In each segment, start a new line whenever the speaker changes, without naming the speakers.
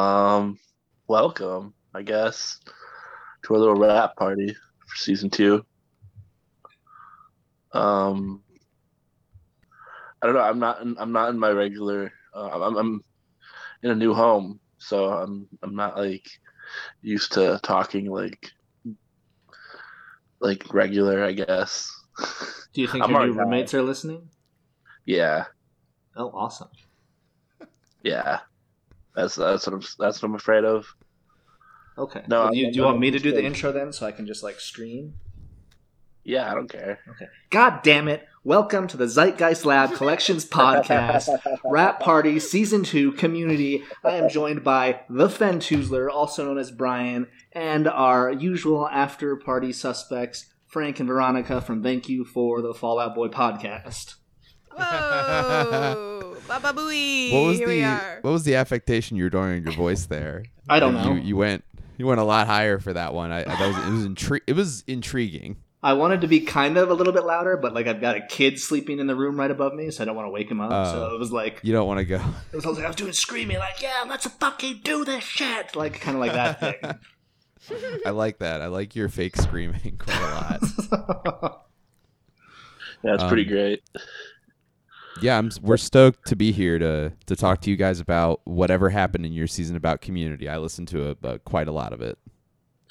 Um, welcome, I guess, to our little wrap party for season two. Um, I don't know. I'm not. In, I'm not in my regular. Uh, I'm, I'm in a new home, so I'm. I'm not like used to talking like like regular. I guess.
Do you think
I'm
your new
already on
roommates are listening?
yeah.
Oh, awesome.
Yeah. That's that's what I'm. That's what I'm afraid of.
Okay.
No,
Well,
I'm-
do you, do you
I'm-
want me to do the
I'm-
intro then so I can just like scream?
Yeah, I don't care.
God damn it. Welcome to the Zeitgeist Lab Collections Podcast, Rap Party Season 2 Community. I am joined by the Fen Toozler, also known as Brian, and our usual after party suspects, Frank and Veronica from Thank You for the Fallout Boy podcast.
Whoa, Baba Booey.
What was
Here we
the
are.
what was the affectation you were doing in your voice there?
I don't
You,
know.
you went you went a lot higher for that one. I, I that was it was intri- it was intriguing.
I wanted to be kind of a little bit louder, but like I've got a kid sleeping in the room right above me, so I don't want to wake him up.
Oh.
so it was like
You don't want to go.
it was like I was doing screaming, like yeah, let's fucking do this shit, like kind of like that thing.
I like that. I like your fake screaming quite a lot.
Yeah, it's pretty
Um,
great.
Yeah, I'm, s- we're stoked to be here to to talk to you guys about whatever happened in your season about community. I listened to a, uh, quite a lot of it.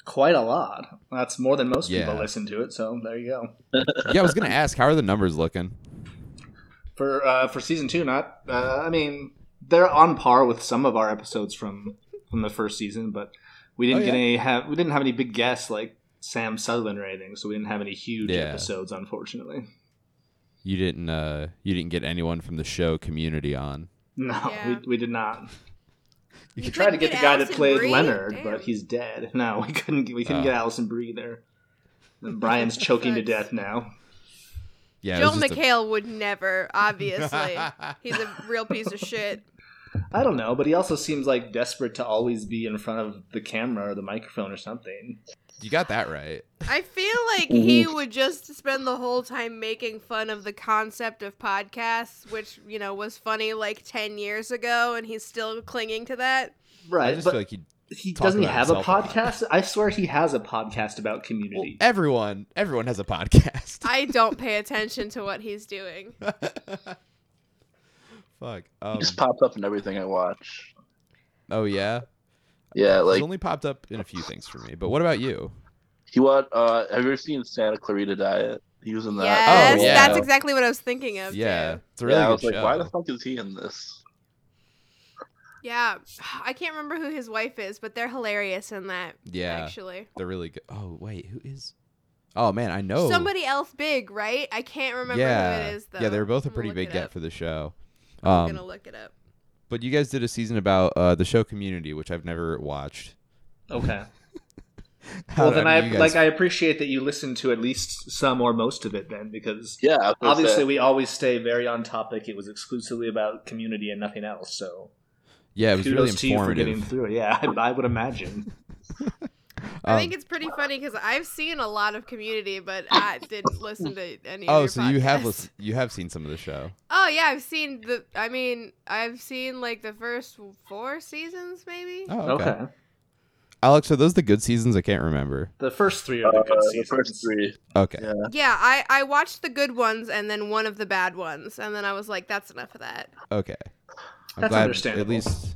quite a lot. That's more than most people
Yeah.
listen to it. So there you go.
Yeah, I was gonna ask, how are the numbers looking?
For uh, for season two, not. Uh, I mean, they're on par with some of our episodes from from the first season, but we didn't
Oh,
get
yeah.
any. Have, we didn't have any big guests like Sam Sutherland or anything, so we didn't have any huge
Yeah.
episodes, unfortunately.
You didn't uh you didn't get anyone from the show community on.
No,
Yeah.
we, we did not.
You
We tried to get the
couldn't
guy that
Alison
played
Brie?
Leonard,
Damn.
but he's dead. No, we couldn't. get- We couldn't
Oh.
get Allison Brie there. And Brian's choking to
Sucks.
death now.
Yeah, it
Joel
was just a-
McHale would never, obviously. He's a real piece of shit.
I don't know, but he also seems like desperate to always be in front of the camera or the microphone or something.
you got that right.
I feel like he would just spend the whole time making fun of the concept of podcasts, which, you know, was funny like 10 years ago, and he's still clinging to that.
I
Right,
just
but
feel like you
he
talk
doesn't he
about
have a
himself a lot.
podcast. I swear he has a podcast about
Well,
community.
everyone, everyone has a podcast.
I don't pay attention to what he's doing.
Fuck. Um,
It just pops up in everything I watch.
oh yeah.
Yeah,
It's
like
only popped up in a few things for me. But what about you?
he what? Uh, have you ever seen Santa Clarita Diet? He was in that.
Yes,
Oh, yeah.
that's exactly what I was thinking of.
Yeah,
too.
it's a really
yeah, I
good
was like,
show.
why the fuck is he in this?
Yeah. I can't remember who his wife is, but they're hilarious in that,
yeah,
actually.
they're really good. Oh wait, who is? Oh man, I know
Somebody else big, right? I can't remember
yeah,
who it is though.
yeah, they're both a
I'm
pretty
gonna look
big
it
get
up.
for the show.
I'm
Um,
gonna look it up.
but you guys did a season about uh, the show Community, which I've never watched.
okay.
How
Well,
do-
then
I
I,
mean, you guys-
like I appreciate that you listen to at least some or most of it then, because
Yeah, I was gonna
obviously
say,
we always stay very on topic. It was exclusively about community and nothing else. So
yeah, it was
kudos
really
to you for getting
informative.
through it. Yeah, I, I would imagine.
I think
Um,
it's pretty funny because I've seen a lot of Community, but I didn't listen to any. of
oh,
your
so you have
podcasts.
lis- you have seen some of the show.
Oh yeah, I've seen the. I mean, I've seen like the first four seasons, maybe.
Oh,
Okay.
okay. Alex, are those the good seasons? I can't remember.
The first three
uh,
are the good
the
seasons.
first three.
Okay.
Yeah.
Yeah, I I watched the good ones and then one of the bad ones, and then I was like, that's enough of that.
Okay. I'm
That's
glad
understandable.
At least,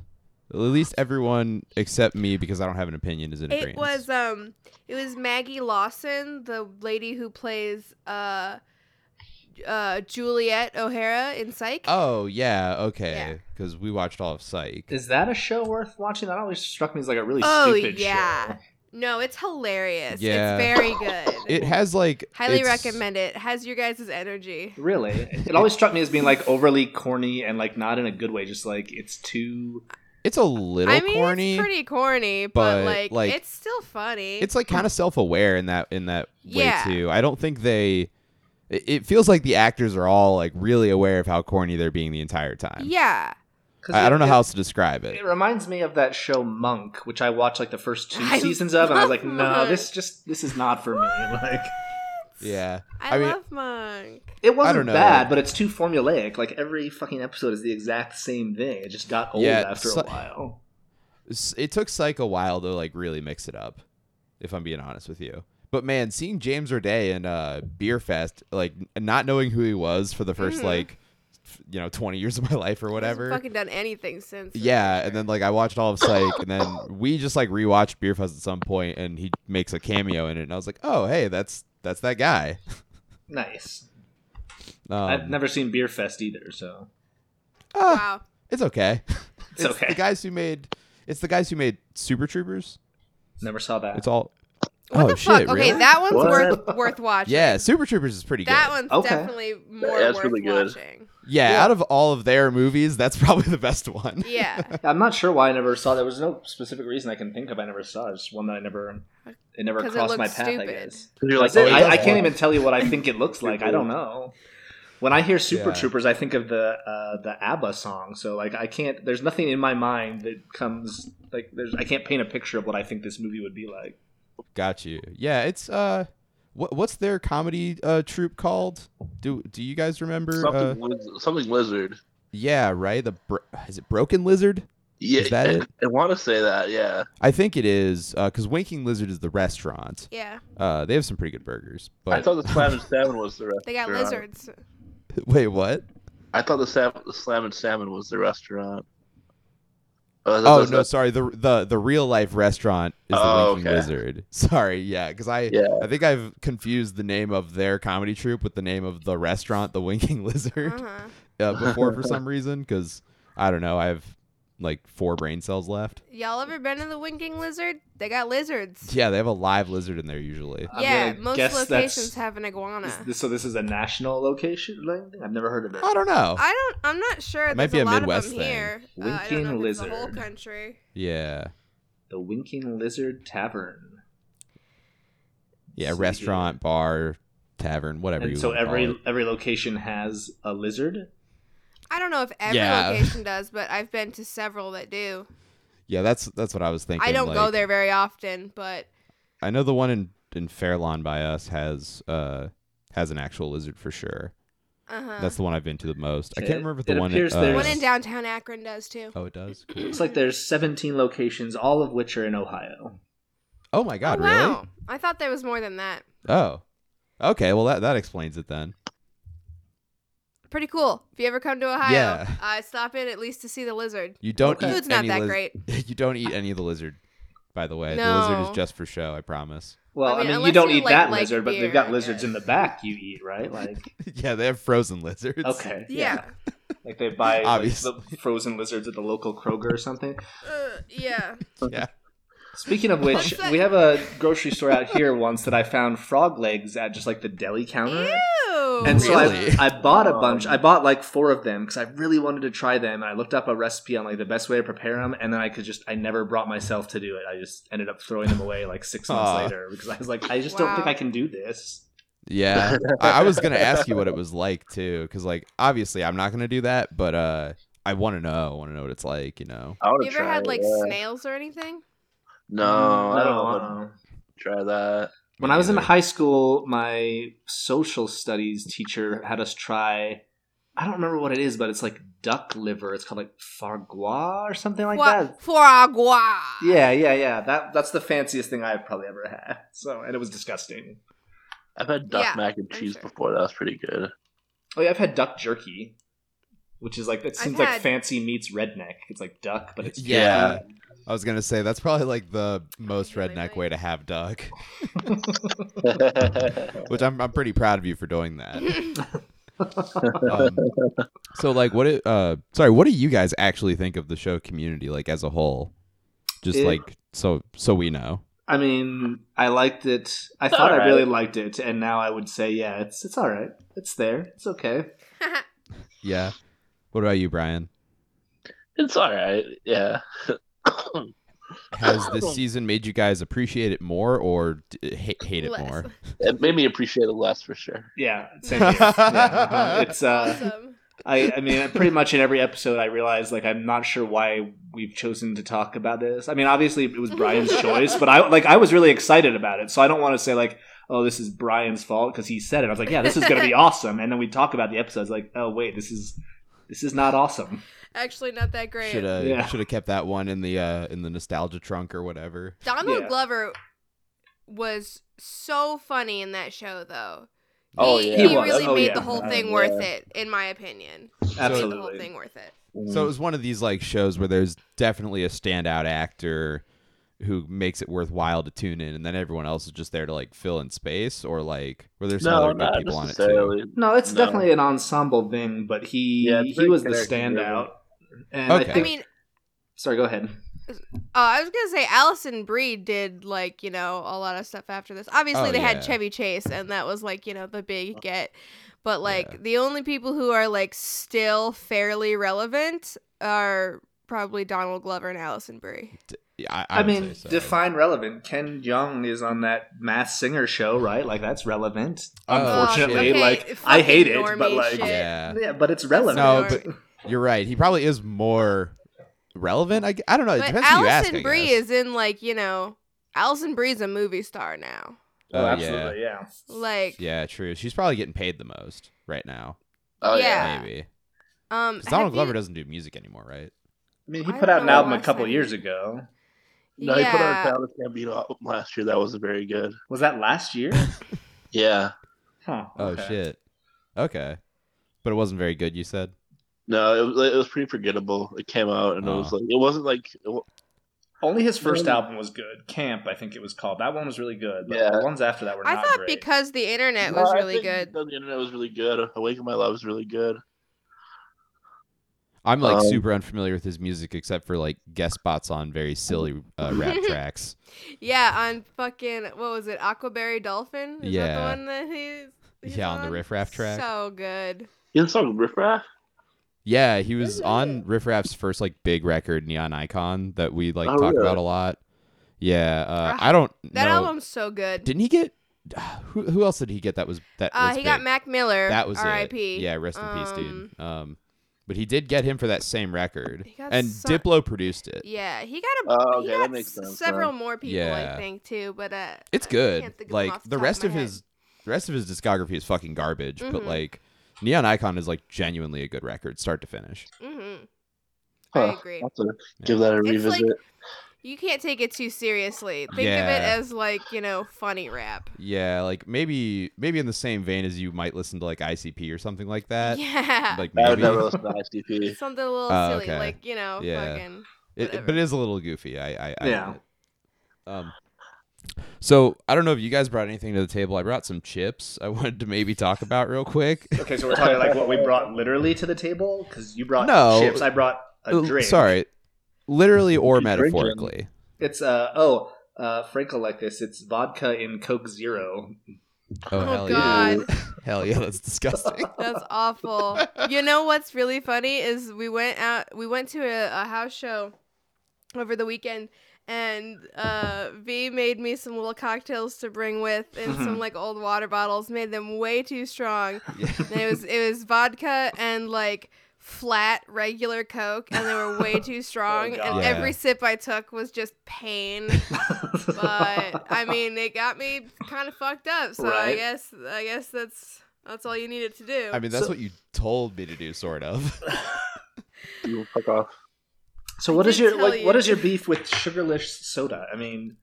at least everyone except me, because I don't have an opinion, is in
It
agreement.
was um, it was Maggie Lawson, the lady who plays uh, uh Juliet O'Hara in Psych.
Oh yeah, okay.
Yeah.
Because we watched all of Psych.
Is that a show worth watching? That always struck me as like a really
Oh,
stupid
yeah.
show.
No, it's hilarious.
Yeah.
It's very good.
it has like
Highly
it's-
recommend it. Has your guys' energy.
Really, it always struck me as being like overly corny and like not in a good way. Just like it's too.
It's a little
I mean,
corny.
it's pretty corny, but,
but,
like,
like,
it's still funny.
It's, like kind of self-aware in that in that
Yeah.
way too. I don't think they. It it feels like the actors are all like really aware of how corny they're being the entire time.
yeah.
'cause
I, I
it-
don't know
it-
how else to describe it.
It reminds me of that show Monk, which I watched like the first two
I
seasons of, and I was like,
love
no,
Monk.
this just this is not for me. Like
Yeah.
I,
I mean-
love Monk.
it wasn't
don't know.
bad, but it's too formulaic. Like every fucking episode is the exact same thing. It just got old
Yeah,
after
so-
a while.
s- it took Psych a while to like really mix it up, if I'm being honest with you. But man, seeing James O'Day in uh, Beer Fest, like n- not knowing who he was for the 1st
Mm-hmm.
Mhm.
like, f- you know, 20 years of my life or whatever.
Hasn't fucking done anything since. is
Yeah,
for sure.
and then like I watched all of Psych, and then we just like rewatched Beer Fuzz at some point, and he makes a cameo in it, and I was like, oh hey, that's that's that guy.
Nice.
Um,
I've never seen Beer Fest either, so
ah,
wow.
it's okay.
it's, okay.
The guys who made it's the guys who made Super Troopers.
Never saw that.
It's all.
What
oh
the
shit!
fuck? Okay,
really?
that one's
What?
worth worth watching.
yeah, Super Troopers is pretty
That
good.
one's
Okay.
definitely more
That's
worth
really good.
watching.
Yeah,
Yeah.
out of all of their movies, that's probably the best one.
Yeah.
I'm not sure why I never saw. There was no specific reason I can think of. I never saw. It's just one that I never. It never
'Cause it
crossed my
looks
path. I
stupid.
guess.
You're
Like,
oh, it
I,
does
I can't
look-
even tell you what I think it looks like. I don't know. When I hear Super
Yeah.
Troopers, I think of the uh, the ABBA song. So like, I can't. There's nothing in my mind that comes like. There's. I can't paint a picture of what I think this movie would be like.
Got you. Yeah, it's uh, what what's their comedy uh troupe called? Do do you guys remember? Uh,
something, liz- something lizard.
yeah, right. The bro- is it Broken Lizard?
Yeah,
Is that
I-
it?
I, want to say that. Yeah,
I think it is because Winking Lizard is the restaurant.
Yeah.
Uh, they have some pretty good burgers. But
I thought the Slam and Salmon was the restaurant.
They got lizards.
wait, what?
I thought the Sam, the Slam and Salmon was the restaurant. Uh,
Oh
that's-
no, sorry. The the the real life restaurant is the
Oh,
Winking
okay.
Lizard. Sorry, yeah, because I
Yeah.
I think I've confused the name of their comedy troupe with the name of the restaurant, the Winking Lizard,
Uh-huh.
uh, before for some reason. Because I don't know, I have like four brain cells left.
Y'all ever been to the Winking Lizard? They got lizards.
Yeah, they have a live lizard in there usually.
I'm
yeah,
gonna
most
guess
locations
that's-
have an iguana.
Is this- so this is a national location. like, thing? I've never heard of it.
I don't know.
I don't. I'm not sure. There's
It might be
a,
a
lot
Midwest
of them
thing.
here. Uh, I don't
Winking
know if it's The whole
lizard.
country.
Yeah,
The Winking Lizard Tavern. See
yeah,
here.
restaurant, bar, tavern, whatever you.
and so
wanna call
every
it.
every location has a lizard.
I don't know if every
Yeah.
location does, but I've been to several that do.
yeah, that's that's what I was thinking.
I don't
like-
go there very often, but
I know the one in in Fairlawn by us has uh has an actual lizard for sure.
uh huh.
That's the one I've been to the most. I
It-
can't remember if the
it
one.
appears
uh,
there's-
one in downtown Akron does too.
Oh, it does. Cool.
Looks like there's 17 locations, all of which are in Ohio.
Oh my God!
oh,
really?
wow. I thought there was more than that.
Oh, okay. Well, that that explains it then.
Pretty cool. If you ever come to Ohio,
Yeah.
uh, stop in at least to see the lizard.
You don't
Okay.
eat
Food's not
any
that
liz-
great.
you don't eat any of the lizard. By the way, the lizard
No.
is just for show. I promise.
Well, I
I mean,
mean, you
unless
don't
you,
eat
like,
that
like
lizard, but
beer,
they've got
I
lizards in the
guess.
back you eat, right? Like,
yeah, they have frozen lizards.
okay.
Yeah.
Like they buy like,
Obviously.
the frozen lizards at the local Kroger or something.
Uh, yeah.
Yeah.
Speaking of which,
What's that?
we have a grocery store out here once that I found frog legs at just like the deli counter.
Ew.
And so
Really?
I, I bought a
Um,
bunch. I bought like four of them because I really wanted to try them. And I looked up a recipe on like the best way to prepare them, and then I could just I never brought myself to do it. I just ended up throwing them away like six months
Aw.
later because I was like, I just
Wow.
don't think I can do this.
Yeah, I, I was gonna ask you what it was like too, because like obviously I'm not gonna do that, but uh, I want to know. I want to know what it's like. You know.
I wanna
you ever
try
had
it,
like
yeah.
snails or anything?
No, I don't want
uh-uh.
to try that.
When I was in high school, my social studies teacher had us try. I don't remember what it is, but it's like duck liver. It's called like fargois or something like
Foie-
that.
foie gras.
Yeah, yeah, yeah. That that's the fanciest thing I've probably ever had. So, and it was disgusting.
I've had duck
Yeah,
mac and
I'm
cheese
sure.
before. That was pretty good.
Oh yeah, I've had duck jerky, which is like it seems
I've
like
had-
fancy meets redneck. It's like duck, but it's
Yeah. I was gonna say that's probably like the most
Really
redneck
nice.
way to have duck,
I
which I'm I'm pretty proud of you for doing that. Um, so like, what? It, uh, sorry, what do you guys actually think of the show Community like as a whole? Just
It-
like so so we know.
I mean, I liked it. I thought I
alright.
really liked it, and now I would say, yeah, it's it's all right. It's there. It's okay.
Yeah. What about you, Brian?
it's all right. Yeah.
Has this season made you guys appreciate it more or d- hate, hate it
Less.
more?
it made me appreciate it less for sure.
Yeah, same here. Yeah, uh-huh. It's uh,
awesome.
I I mean, pretty much in every episode, I realize like I'm not sure why we've chosen to talk about this. I mean, obviously it was Brian's choice, but I like I was really excited about it, so I don't want to say like. Oh, this is Brian's fault because he said it. I was like, "Yeah, this is going to be awesome," and then we talk about the episodes. Like, "Oh, wait, this is This is not awesome.
Actually, not that great.
Should have
Yeah.
should have kept that one in the uh in the nostalgia trunk or whatever.
Donald
Yeah.
Glover was so funny in that show, though.
Oh,
he,
yeah.
he
He was.
really
Oh,
made
yeah.
the whole
Uh,
thing
yeah.
worth it, in my opinion. Made the whole
Absolutely.
thing worth it.
Mm-hmm.
So it was one of these like shows where there's definitely a standout actor who makes it worthwhile to tune in, and then everyone else is just there to like fill in space or like where there's some
no,
other good
not
people on it too.
necessarily.
No, it's
No.
definitely an ensemble thing, but he
Yeah, it's
he was the
very character-driven.
standout. And
Okay.
I
I
think
mean,
sorry, go ahead.
uh, I was gonna say Allison Brie did like you know a lot of stuff after this. Obviously,
Oh,
they
yeah.
had Chevy Chase, and that was like you know the big get. But like
Yeah.
the only people who are like still fairly relevant are probably Donald Glover and Allison Brie.
Yeah,
I,
I, would
mean,
say so.
define relevant. Ken Jeong is on that mass singer show, right? Like that's relevant.
Oh,
Unfortunately,
shit.
Okay,
like
fucking
I hate it, but
normie
like
shit.
Yeah,
yeah, but it's relevant.
No, but- uh, you're right. He probably is more relevant. I, g- I don't know. It
but
depends who you ask.
Allison
I
Brie
guess.
is in like you know Allison Brie's a movie star now.
oh,
Oh, yeah,
absolutely, yeah.
Like
yeah, true. She's probably getting paid the most right now.
Oh,
Yeah.
Maybe.
um,
'Cause
have
Donald Glover
you-
doesn't do music anymore, right?
I mean, he
I
put
don't
out an
know
album a
last
couple
time.
years ago.
No, he put
Yeah.
on Childish Gambino album last year. That was very good.
Was that last year?
Yeah.
Huh.
Oh
okay.
shit. Okay. But it wasn't very good, you said?
No, it was, like, it was pretty forgettable. It came out and it was
Oh.
like it wasn't like it wa-
Only his first
Yeah.
album was good. Camp, I think it was called. That one was really good. But
Yeah.
the ones after that were
I
not
thought
great.
because the internet
No,
was
I
really
think
good.
The internet was really good. Awake in My Love is really good.
I'm like
Um,
super unfamiliar with his music except for like guest spots on very silly uh, rap tracks.
Yeah, on fucking what was it, Aquaberry Dolphin? Is that the
Yeah.
one that he's, he's
Yeah, on the Riff Raff track.
So good.
You didn't song Riff Raff?
Yeah, he was on Riff Raff's first like big record, Neon Icon, that we like
Oh,
talked
really?
about a lot. Yeah, uh,
Ugh,
I don't
Ah, That
know.
album's so good.
Didn't he get who, who else did he get that was that
uh,
was
he got
big?
Mac Miller.
That was it.
R.I.P.
Yeah, rest in peace,
Um,
dude. Um but he did get him for that same record.
He got
And
some-
Diplo produced it.
Yeah, he got a.
Oh,
he
okay,
got
that makes
s-
sense.
Several
then.
more people, I
Yeah.
think, too. But uh,
It's
I
good.
can't think of them
like
off
the
top
rest
my
of
head.
his the rest of his discography is fucking garbage, but
Mhm.
like Neon Icon is like genuinely a good record, start to finish.
Mhm. I
Huh.
agree.
I'll have to give that a
It's like-
revisit.
You can't take it too seriously. Think of it
Yeah.
as like you know funny rap.
Yeah, like maybe maybe in the same vein as you might listen to like ICP or something like that.
yeah.
Like
I would
maybe
never listen to ICP.
Something a little
Oh,
silly,
okay.
like you know,
Yeah.
fucking.
It- it,
Whatever.
but it is a little goofy. I, I, I
Yeah.
admit. Um, so I don't know if you guys brought anything to the table. I brought some chips. I wanted to maybe talk about real quick.
Okay, so we're talking like what we brought literally to the table because you brought
No.
chips. I brought a
Uh,
drink.
Sorry, literally or
Keep drinking.
metaphorically.
It's uh oh, uh, Frank like this. It's vodka in Coke Zero.
Oh,
Oh, hell
God.
yeah! hell yeah! That's disgusting.
That's awful. you know what's really funny is we went out we went to a, a house show over the weekend and uh, V made me some little cocktails to bring with and some like old water bottles, made them way too strong.
Yeah.
And it was it was vodka and like flat regular coke and they were way too strong and
God.
every
Yeah.
sip I took was just pain. But I mean it got me kind of fucked up. So I
Right.
guess I guess that's that's all you needed to do.
I mean, that's
So-
what you told me to do, sort of.
You fuck off.
so what is
did
your
tell
like?
you.
What is your beef with Sugarless soda? I mean,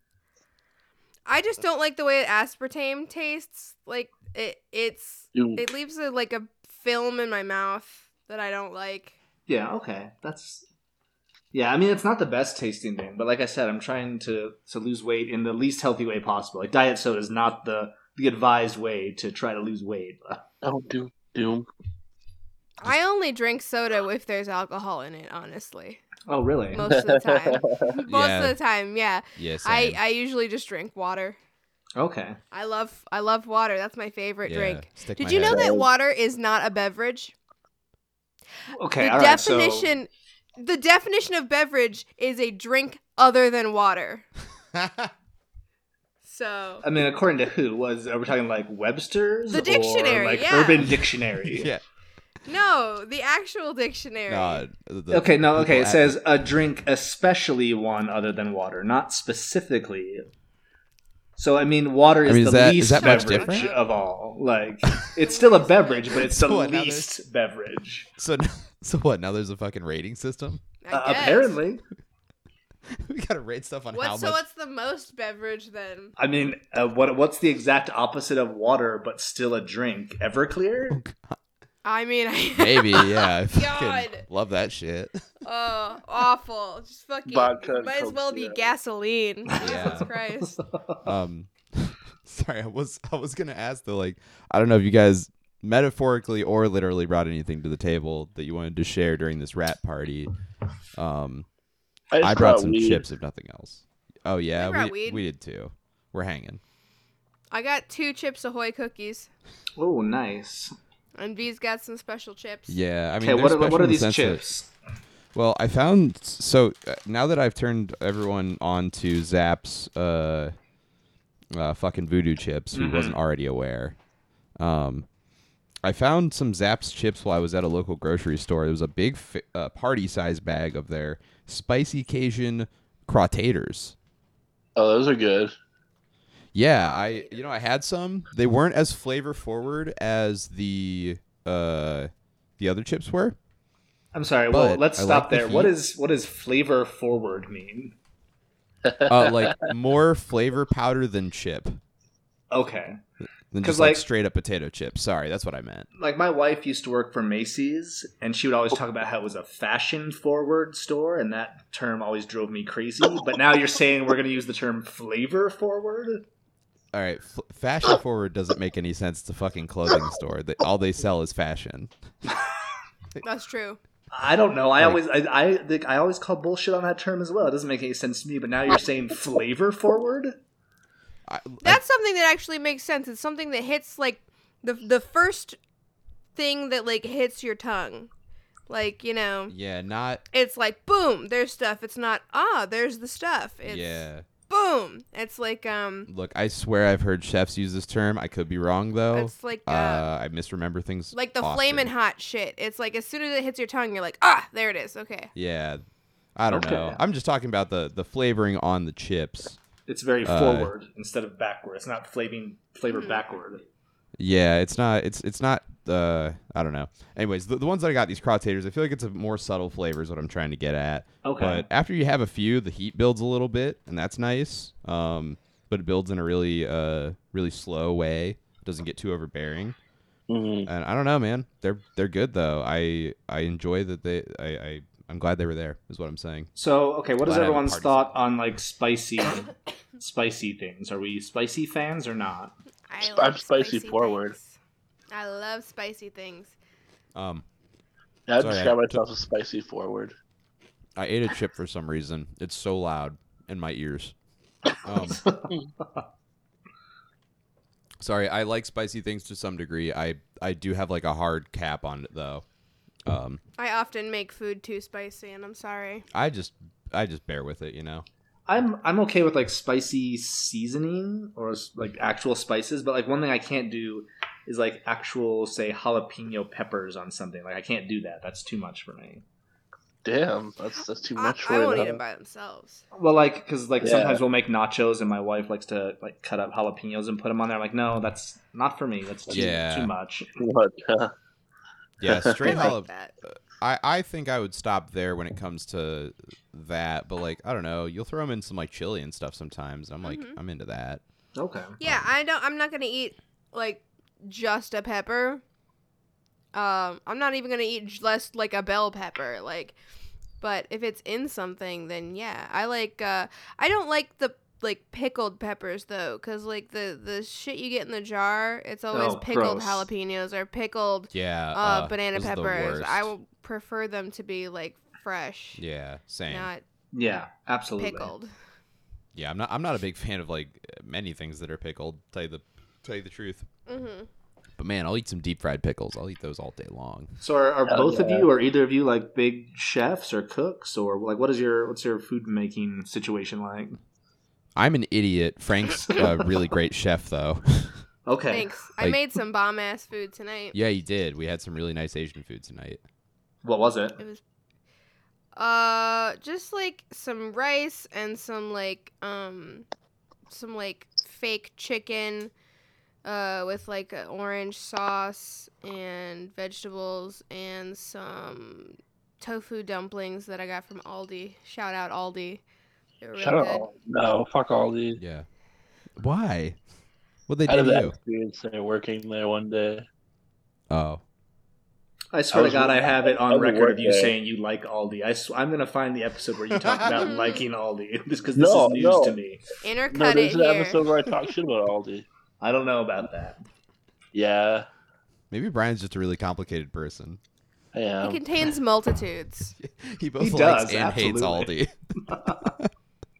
I just don't like the way aspartame tastes. Like it, it's
You,
it leaves a, like a film in my mouth that I don't like.
yeah, okay, that's yeah. I mean, it's not the best tasting thing, but like I said, I'm trying to to lose weight in the least healthy way possible. Like diet soda is not the the advised way to try to lose weight.
oh, doom, doom.
I only drink soda if there's alcohol in it. Honestly,
Oh, really?
most of the time. most
Yeah.
of the time, yeah.
Yes,
I I usually just drink water.
Okay.
I love I love water. That's my favorite drink.
Stick
Did
my
you know
head.
that water is not a beverage?
Okay.
the
all right, so-
definition the definition of beverage is a drink other than water. So
I mean, according to who was? Are we talking like Webster's,
The
or,
dictionary,
like
yeah.
Urban Dictionary?
yeah.
no, the actual dictionary.
No, the- the
Okay, no,
people
okay. It
at-
says a drink, especially one other than water, not specifically. So I mean, water is
I mean,
the
is that- is
least
that much
beverage
different?
of all. Like it's still a beverage, but it's the
What, now
least beverage.
So n- so what? Now there's a fucking rating system.
I
Uh,
guess.
apparently,
we gotta rate stuff on how
What, so
much.
what's the most beverage then?
I mean, uh, what what's the exact opposite of water, but still a drink? Everclear.
I mean, I,
Maybe yeah. I
God.
fucking love that shit.
oh, awful. Just fucking.
Vodka and
might as
Coke
well be
Zero.
gasoline.
Yeah.
Jesus Christ.
Um, sorry, I was I was gonna ask though. Like, I don't know if you guys metaphorically or literally brought anything to the table that you wanted to share during this rat party. Um,
I, just
I brought
brought
some
weed.
chips, if nothing else. Oh yeah,
I brought
we
weed.
we did too. We're hanging.
I got two Chips Ahoy cookies,
Oh, nice.
and V's got some special chips.
Yeah, I mean,
Okay,
they're
what are,
special
what are
in the
these
sense that-
chips?
Well, I found so uh, now that I've turned everyone on to Zap's uh, uh fucking voodoo chips, who wasn't already aware. Um, I found some Zap's chips while I was at a local grocery store. There was a big fi- uh, party size bag of their spicy Cajun crottaters.
Oh, those are good.
Yeah, I you know I had some. They weren't as flavor forward as the uh the other chips were.
I'm sorry. Well,
But
let's
I
stop
like the
there. What
heat.
is what does flavor forward mean?
Uh, like more flavor powder than chip.
Okay.
than
'Cause,
just like,
like-
straight up potato chips. Sorry, that's what I meant.
like my wife used to work for Macy's, and she would always
Oh.
talk about how it was a fashion forward store, and that term always drove me crazy. But now you're saying we're going to use the term flavor forward?
All right, f- fashion forward doesn't make any sense to fucking clothing store. They, all they sell is fashion.
That's true.
I don't know. I always I I, think I always call bullshit on that term as well. It doesn't make any sense to me. But now you're saying flavor forward?
I, I,
That's something that actually makes sense. It's something that hits like the the first thing that like hits your tongue. Like, you know,
yeah, not
it's like boom, there's stuff. It's not ah, there's the stuff. It's
yeah.
boom. It's like um
Look, I swear I've heard chefs use this term. I could be wrong though.
it's like
Uh,
uh,
I misremember things.
like the
often.
flaming hot shit. It's like as soon as it hits your tongue, you're like, ah, there it is. Okay.
Yeah, I don't
Okay.
know. I'm just talking about the the flavoring on the chips.
It's very
Uh,
forward instead of backward. It's not flaving flavor backward.
Yeah, it's not. It's it's not. Uh, I don't know. Anyways, the, the ones that I got these crottaters, I feel like it's a more subtle flavor is what I'm trying to get at.
Okay.
But after you have a few, the heat builds a little bit, and that's nice. Um, but it builds in a really uh really slow way. It doesn't get too overbearing.
Mhm.
And I don't know, man. They're they're good though. I I enjoy that they. I, I I'm glad they were there. Is what I'm saying.
So okay, what is
Glad I have a
everyone's
party
thought on like spicy spicy things? Are we spicy fans or not?
I
I'm spicy forward.
things. I love spicy things.
Um,
I
Sorry,
describe
I-
myself as spicy forward.
I ate a chip for some reason. It's so loud in my ears. Um, sorry, I like spicy things to some degree. I I do have like a hard cap on it though. Um,
I often make food too spicy and I'm sorry.
I just I just bear with it, you know.
I'm I'm okay with like spicy seasoning or s- like actual spices, but like one thing I can't do is like actual say jalapeno peppers on something. Like I can't do that. That's too much for me.
Damn, that's that's too
I,
much
I
for
won't eat
you.
them by themselves.
Well, like because like
Yeah.
sometimes we'll make nachos and my wife likes to like cut up jalapenos and put them on there. I'm like, no, that's not for me. That's too,
Yeah.
too much.
What? huh?
Yeah,
I
straight
like
jalap-
that.
I, I think I would stop there when it comes to that, but like I don't know, you'll throw them in some like chili and stuff sometimes. And I'm like
Mhm.
I'm into that.
Okay.
Yeah, I don't. I'm not gonna eat like just a pepper. Um, I'm not even gonna eat j- less like a bell pepper. Like, but if it's in something, then yeah, I like. Uh, I don't like the like pickled peppers though, cause like the the shit you get in the jar, it's always
Oh,
pickled
gross.
jalapenos or pickled
Yeah,
uh, banana
those are the
peppers. I
worst.
will prefer them to be like fresh,
Yeah, same.
not
Yeah. Absolutely.
pickled.
Yeah, I'm not. I'm not a big fan of like many things that are pickled. Tell you the tell you the truth.
Mm-hmm.
But man, I'll eat some deep fried pickles. I'll eat those all day long.
So are, are
Oh,
both of
yeah.
you or either of you like big chefs or cooks or like what is your what's your food making situation like?
I'm an idiot. Frank's a really great chef, though.
Okay.
Thanks. I
Like-
made some bomb ass food tonight.
yeah, you did. We had some really nice Asian food tonight.
What was it?
It was uh just like some rice and some like um some like fake chicken uh, with like an orange sauce and vegetables and some tofu dumplings that I got from Aldi. Shout out Aldi. They were really
Shut
good.
up. No, fuck all these.
Yeah. Why? What they
Out
do
of
to
that
you?
experience there working there one day.
Oh,
I swear
I
to
was-
God, I have it
I
on
was
record of you
working.
saying you like Aldi. I sw- I'm going to find the episode where you talk about liking Aldi just because this
No,
is news
no.
to me.
Intercut
No,
it
there's an
here.
episode where I talk shit about Aldi.
I don't know about that.
Yeah,
maybe Brian's just a really complicated person.
I
It
am.
contains multitudes.
He both
He
likes
does,
and
absolutely.
hates Aldi.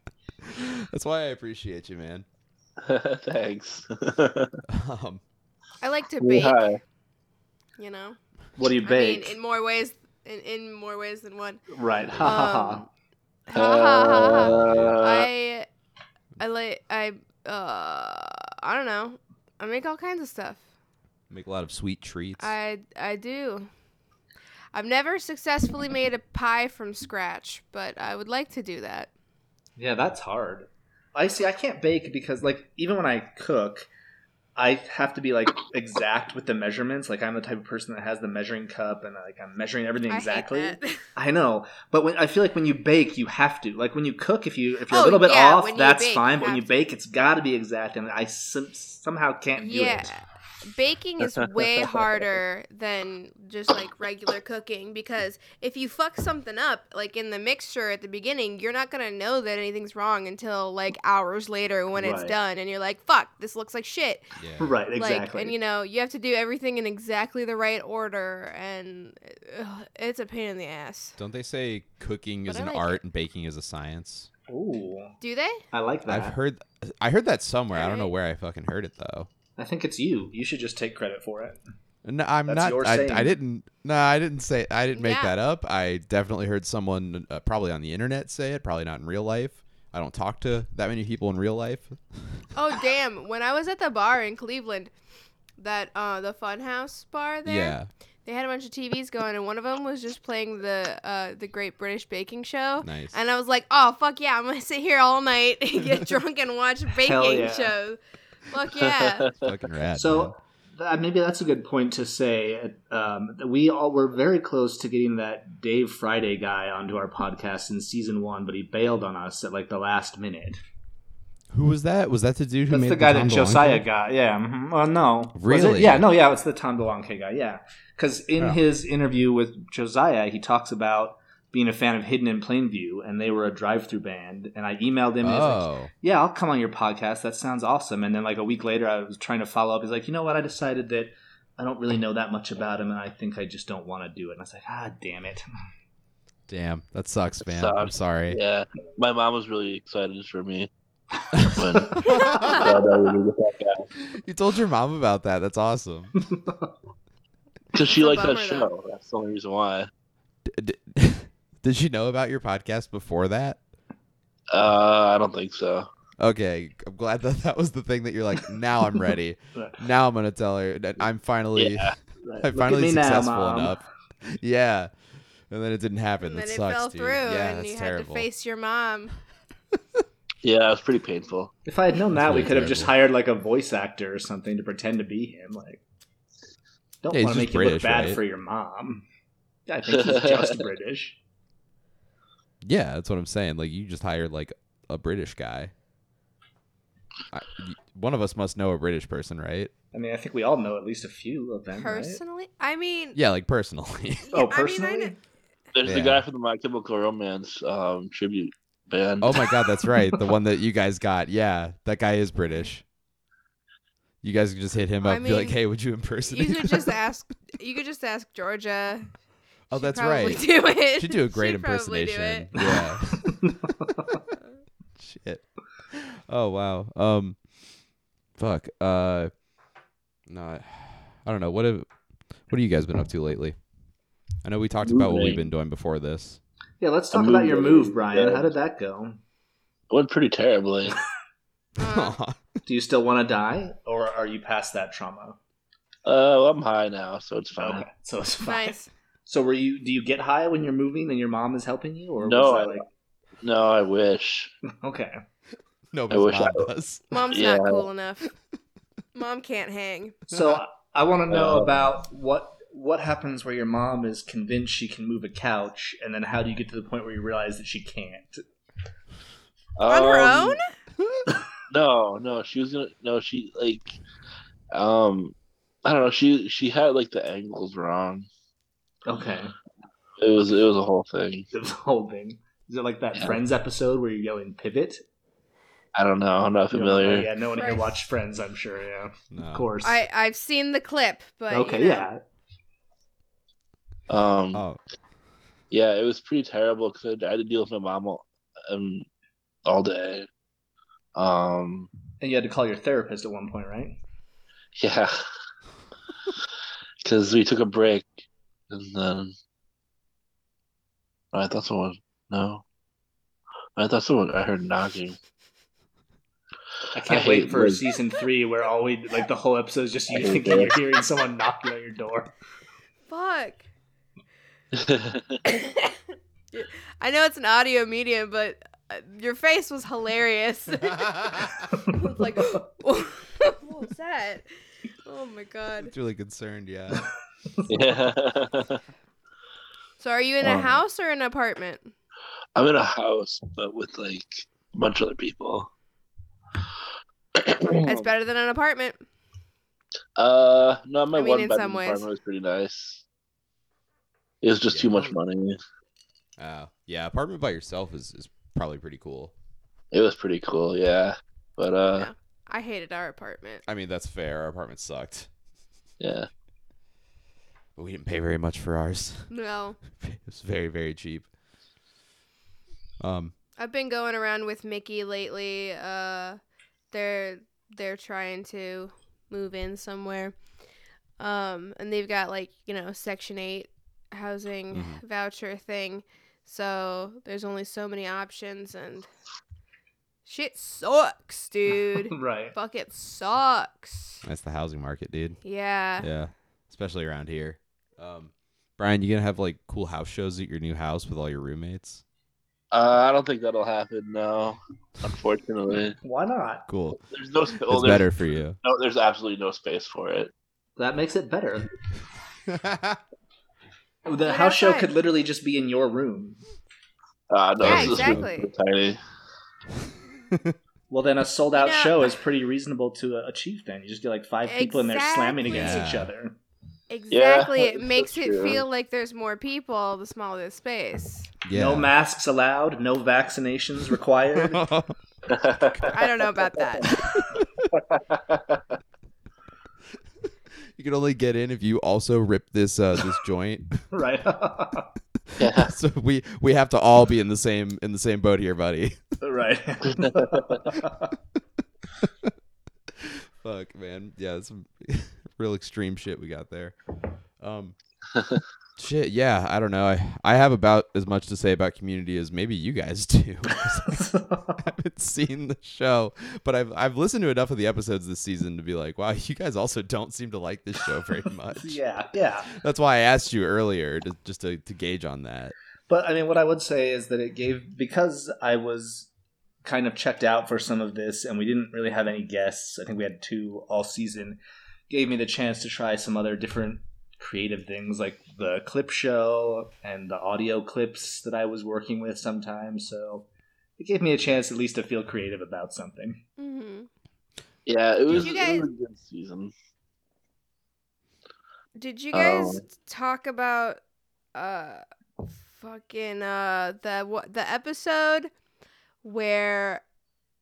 That's why I appreciate you, man.
Thanks.
Um,
I like to bake,
Hi.
you know.
What do you
I
bake?
mean, in more ways, in, in more ways than one.
right. Ha ha ha.
Um, Ha ha ha ha.
Uh,
I I like I uh I don't know. I make all kinds of stuff.
make a lot of sweet treats.
I I do. I've never successfully made a pie from scratch, but I would like to do that.
Yeah, that's hard. I see. I can't bake because, like, even when I cook, I have to be like exact with the measurements. Like, I'm the type of person that has the measuring cup and like I'm measuring everything exactly.
I hate that.
I know, but when I feel like when you bake, you have to. Like when you cook, if you if you're
Oh,
a little bit
yeah, when
off,
you
that's
bake,
fine.
you
But when you
have to.
bake, it's got to be exact, and I sim- somehow can't do
yeah.
it.
Baking is way harder than just like regular cooking because if you fuck something up, like in the mixture at the beginning, you're not gonna know that anything's wrong until like hours later when it's
Right.
done and you're like, fuck, this looks like shit.
yeah.
Right, exactly.
Like, and you know, you have to do everything in exactly the right order, and ugh, it's a pain in the ass.
Don't they say cooking
But
is
I
an
like
art and baking is a science?
Ooh,
Do they?
I like that.
I've heard I heard that somewhere. I don't know
Alright.
where I fucking heard it though.
I think it's you. You should just take credit for it.
No, I'm
That's
not.
your saying.
I, I didn't. No, I didn't say. I didn't make
Yeah.
that up. I definitely heard someone, uh, probably on the internet, say it. Probably not in real life. I don't talk to that many people in real life.
Oh damn! When I was at the bar in Cleveland, that uh, the Funhouse bar there,
Yeah.
they had a bunch of TVs going, and one of them was just playing the uh, the Great British Baking Show,
Nice.
and I was like, oh fuck yeah, I'm gonna sit here all night and get drunk and watch baking
yeah.
shows. Fuck
Uh,
yeah!
fucking rad. man.
So that, maybe that's a good point to say. Um, that we all were very close to getting that Dave Friday guy onto our podcast in season one, but he bailed on us at like the last minute.
who was that? Was that the dude who
That's
made
the guy that
Tom DeLonge
Josiah
thing?
got. Yeah. mhm. Well, no. Was
Really?
it? Yeah. No. Yeah. It's the Tom DeLonge guy. Yeah. Because in
Oh.
his interview with Josiah, he talks about being a fan of Hidden in Plain View, and they were a drive-through band. And I emailed him. And he's like,
Oh,
yeah, I'll come on your podcast. That sounds awesome. And then like a week later, I was trying to follow up. He's like, you know what? I decided that I don't really know that much about him, and I think I just don't want to do it. And I was like, ah, damn it.
damn. That sucks, man. I'm
sucks.
sorry.
yeah, my mom was really excited for me. When I found out we were with that guy.
you told your mom about that. That's awesome.
Because she
It's a
liked that
bummer,
show.
though.
That's the only reason why.
D- d- Did she know about your podcast before that?
Uh, I don't think so.
Okay, I'm glad that that was the thing that you're like. Now I'm ready.
Right.
now I'm gonna tell her that I'm finally.
Yeah.
Right.
I'm
Look at
finally
me now,
successful
Mom.
enough. Yeah. And then it didn't happen.
and
that
then it
sucks,
fell
dude.
through,
yeah,
and
that's
you
terrible.
had to face your mom.
Yeah, it was pretty painful.
If I had known that,
That's
we
really
could have just
terrible.
hired like a voice actor or something to pretend to be him. Like, don't
Yeah, he's
want to make
just
you look
British,
bad
right?
for your mom. I think he's just British.
yeah, that's what I'm saying. Like you just hired like a British guy. I, y- one of us must know a British person, right?
I mean, I think we all know at least a few of them. right?
Personally, I mean,
Yeah, like personally.
yeah,
Oh,
I mean, I
personally,
kn-
There's the
Yeah.
guy from the My Chemical Romance um, tribute band.
oh my god, that's right. The one that you guys got. Yeah, that guy is British. You guys can just hit him up
I
and be like,
mean,
"Hey, would you impersonate?"
You could just ask. You could just ask Georgia.
oh,
She'd
that's
probably
right.
Do it.
She'd do a great
She'd probably do
impersonation.
it.
Yeah. Shit. Oh wow. Um. Fuck. Uh. No. I- I don't know. What have What have you guys been up to lately? I know we talked about what we've
Moving.
been doing before this.
yeah. Let's
I
talk about
mean,
your move,
yeah.
Brian. How did that go?
It went pretty terribly.
Uh,
Do you still want to die, or are you past that trauma?
Oh, I'm high now, so it's
Uh-huh.
fine.
Okay, so it's fine.
nice.
So, were you? Do you get high when you're moving and your mom is helping you, or
No,
Was that
I- No, I wish.
like, okay,
Nobody's
I wish
mom
I-
does.
Mom's
Yeah.
not cool enough. Mom can't hang.
So I- I want to know
Uh,
about what what happens where your mom is convinced she can move a couch, and then how do you get to the point where you realize that she can't?
On her
Um,
own?
No, no, she was gonna. No, she like, um, I don't know. She she had like the angles wrong.
Okay,
It was it was a whole thing.
the whole thing. Is it like that
Yeah.
Friends episode where you go and pivot?
I don't know. I'm not
You know,
familiar.
yeah, no one here
Friends.
watched Friends, I'm sure. Yeah,
No.
of course.
I I've seen the clip, but you
okay,
know.
yeah.
Um,
Oh,
yeah, it was pretty terrible because I had to deal with my mom all, um, all day. Um,
And you had to call your therapist at one point, right?
yeah, because we took a break and then I thought someone no, I thought someone I heard knocking.
I can't
I
wait
hate
for
Liz.
season three where all we like the whole episode is just
I
you
hate
thinking you're
Liz.
hearing someone knocking on your door.
Fuck.
I
I know it's an audio medium, but uh, your face was hilarious. It's like, what was that? Oh my god.
it's really concerned. Yeah.
So, are you in a
Um,
house or an apartment?
I'm in a house, but with like a bunch of other people. Um.
It's better than an apartment.
Uh, no, my
I mean,
one
in
bedroom
some ways.
apartment was pretty nice. It was just
Yeah.
too much money.
Oh, yeah. Apartment by yourself is, is probably pretty cool.
It was pretty cool, yeah. But uh,
I hated our apartment.
I mean, that's fair. Our apartment sucked,
yeah,
but we didn't pay very much for ours.
No,
it was very, very cheap. Um.
I've been going around with Mickey lately. Uh, they're they're trying to move in somewhere, um, and they've got like you know Section Eight housing
Mhm.
Mm-hmm.
voucher thing. So there's only so many options, and shit sucks, dude.
right.
Fuck it sucks.
That's the housing market, dude.
Yeah.
Yeah, especially around here. Um, Brian, you gonna have like cool house shows at your new house with all your roommates?
uh, I don't think that'll happen. No, unfortunately,
Why not?
Cool.
there's no. sp-
It's
Well, there's,
better for you.
no, there's absolutely no space for it.
That makes it better. The
it
house show
outside.
could literally just be in your room.
Uh, no,
Yeah,
it's just really
exactly.
tiny.
Well, then a sold out
Yeah.
show is pretty reasonable to uh, achieve. Then you just get like five people in there slamming against
Exactly.
each other.
Exactly. it
that's
makes
so
it
true.
feel like there's more people the smaller the space.
yeah.
No masks allowed. No vaccinations required.
I don't know about that.
you can only get in if you also rip this uh, this joint.
right.
yeah,
so we we have to all be in the same in the same boat here, buddy.
right.
Fuck, man. Yeah, it's some real extreme shit we got there. Um, shit. Yeah, I don't know. I I have about as much to say about community as maybe you guys do. I haven't seen the show, but I've I've listened to enough of the episodes this season to be like, wow, you guys also don't seem to like this show very much.
yeah. Yeah.
That's why I asked you earlier to, just to, to gauge on that.
But I mean, what I would say is that it gave because I was kind of checked out for some of this, and we didn't really have any guests. I think we had two all season. Gave me the chance to try some other different creative things, like the clip show and the audio clips that I was working with sometimes. So it gave me a chance, at least, to feel creative about something.
hmm
yeah, it was,
you
it
guys-
was a good season.
Did you guys
Oh.
Um,
talk about uh fucking uh the what the episode where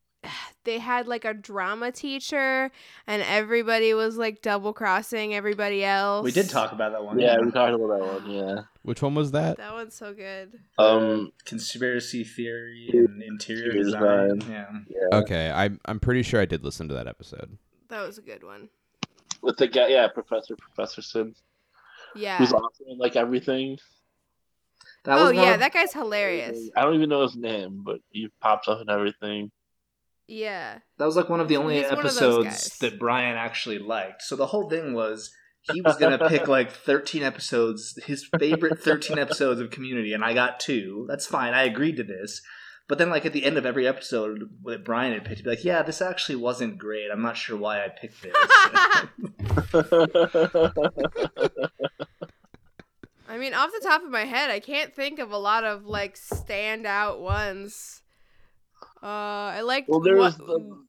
they had like a drama teacher and everybody was like double crossing everybody else.
We did talk about that one.
Yeah, we talked about that one. Yeah.
Which one was that?
That one's so good.
Um.
conspiracy theory and interior
Interior
design.
design.
Yeah.
Yeah.
Okay, I'm I'm pretty sure I did listen to that episode.
That was a good one.
With the guy, yeah, Professor Professorson,
Yeah.
who's awesome in like everything.
That
Oh
was
yeah,
not-
that guy's hilarious.
I don't even know his name, but he pops up in everything.
Yeah.
That was like one of the only
He's one of those
episodes
guys.
that Brian actually liked. So the whole thing was he was going to pick like 13 episodes, his favorite 13 episodes of Community, and I got two. That's fine. I agreed to this. But then, like at the end of every episode that Brian had picked, he'd be like, "Yeah, this actually wasn't great. I'm not sure why I picked this."
I mean, off the top of my head, I can't think of a lot of like standout ones. Uh, I liked
well, there was
what-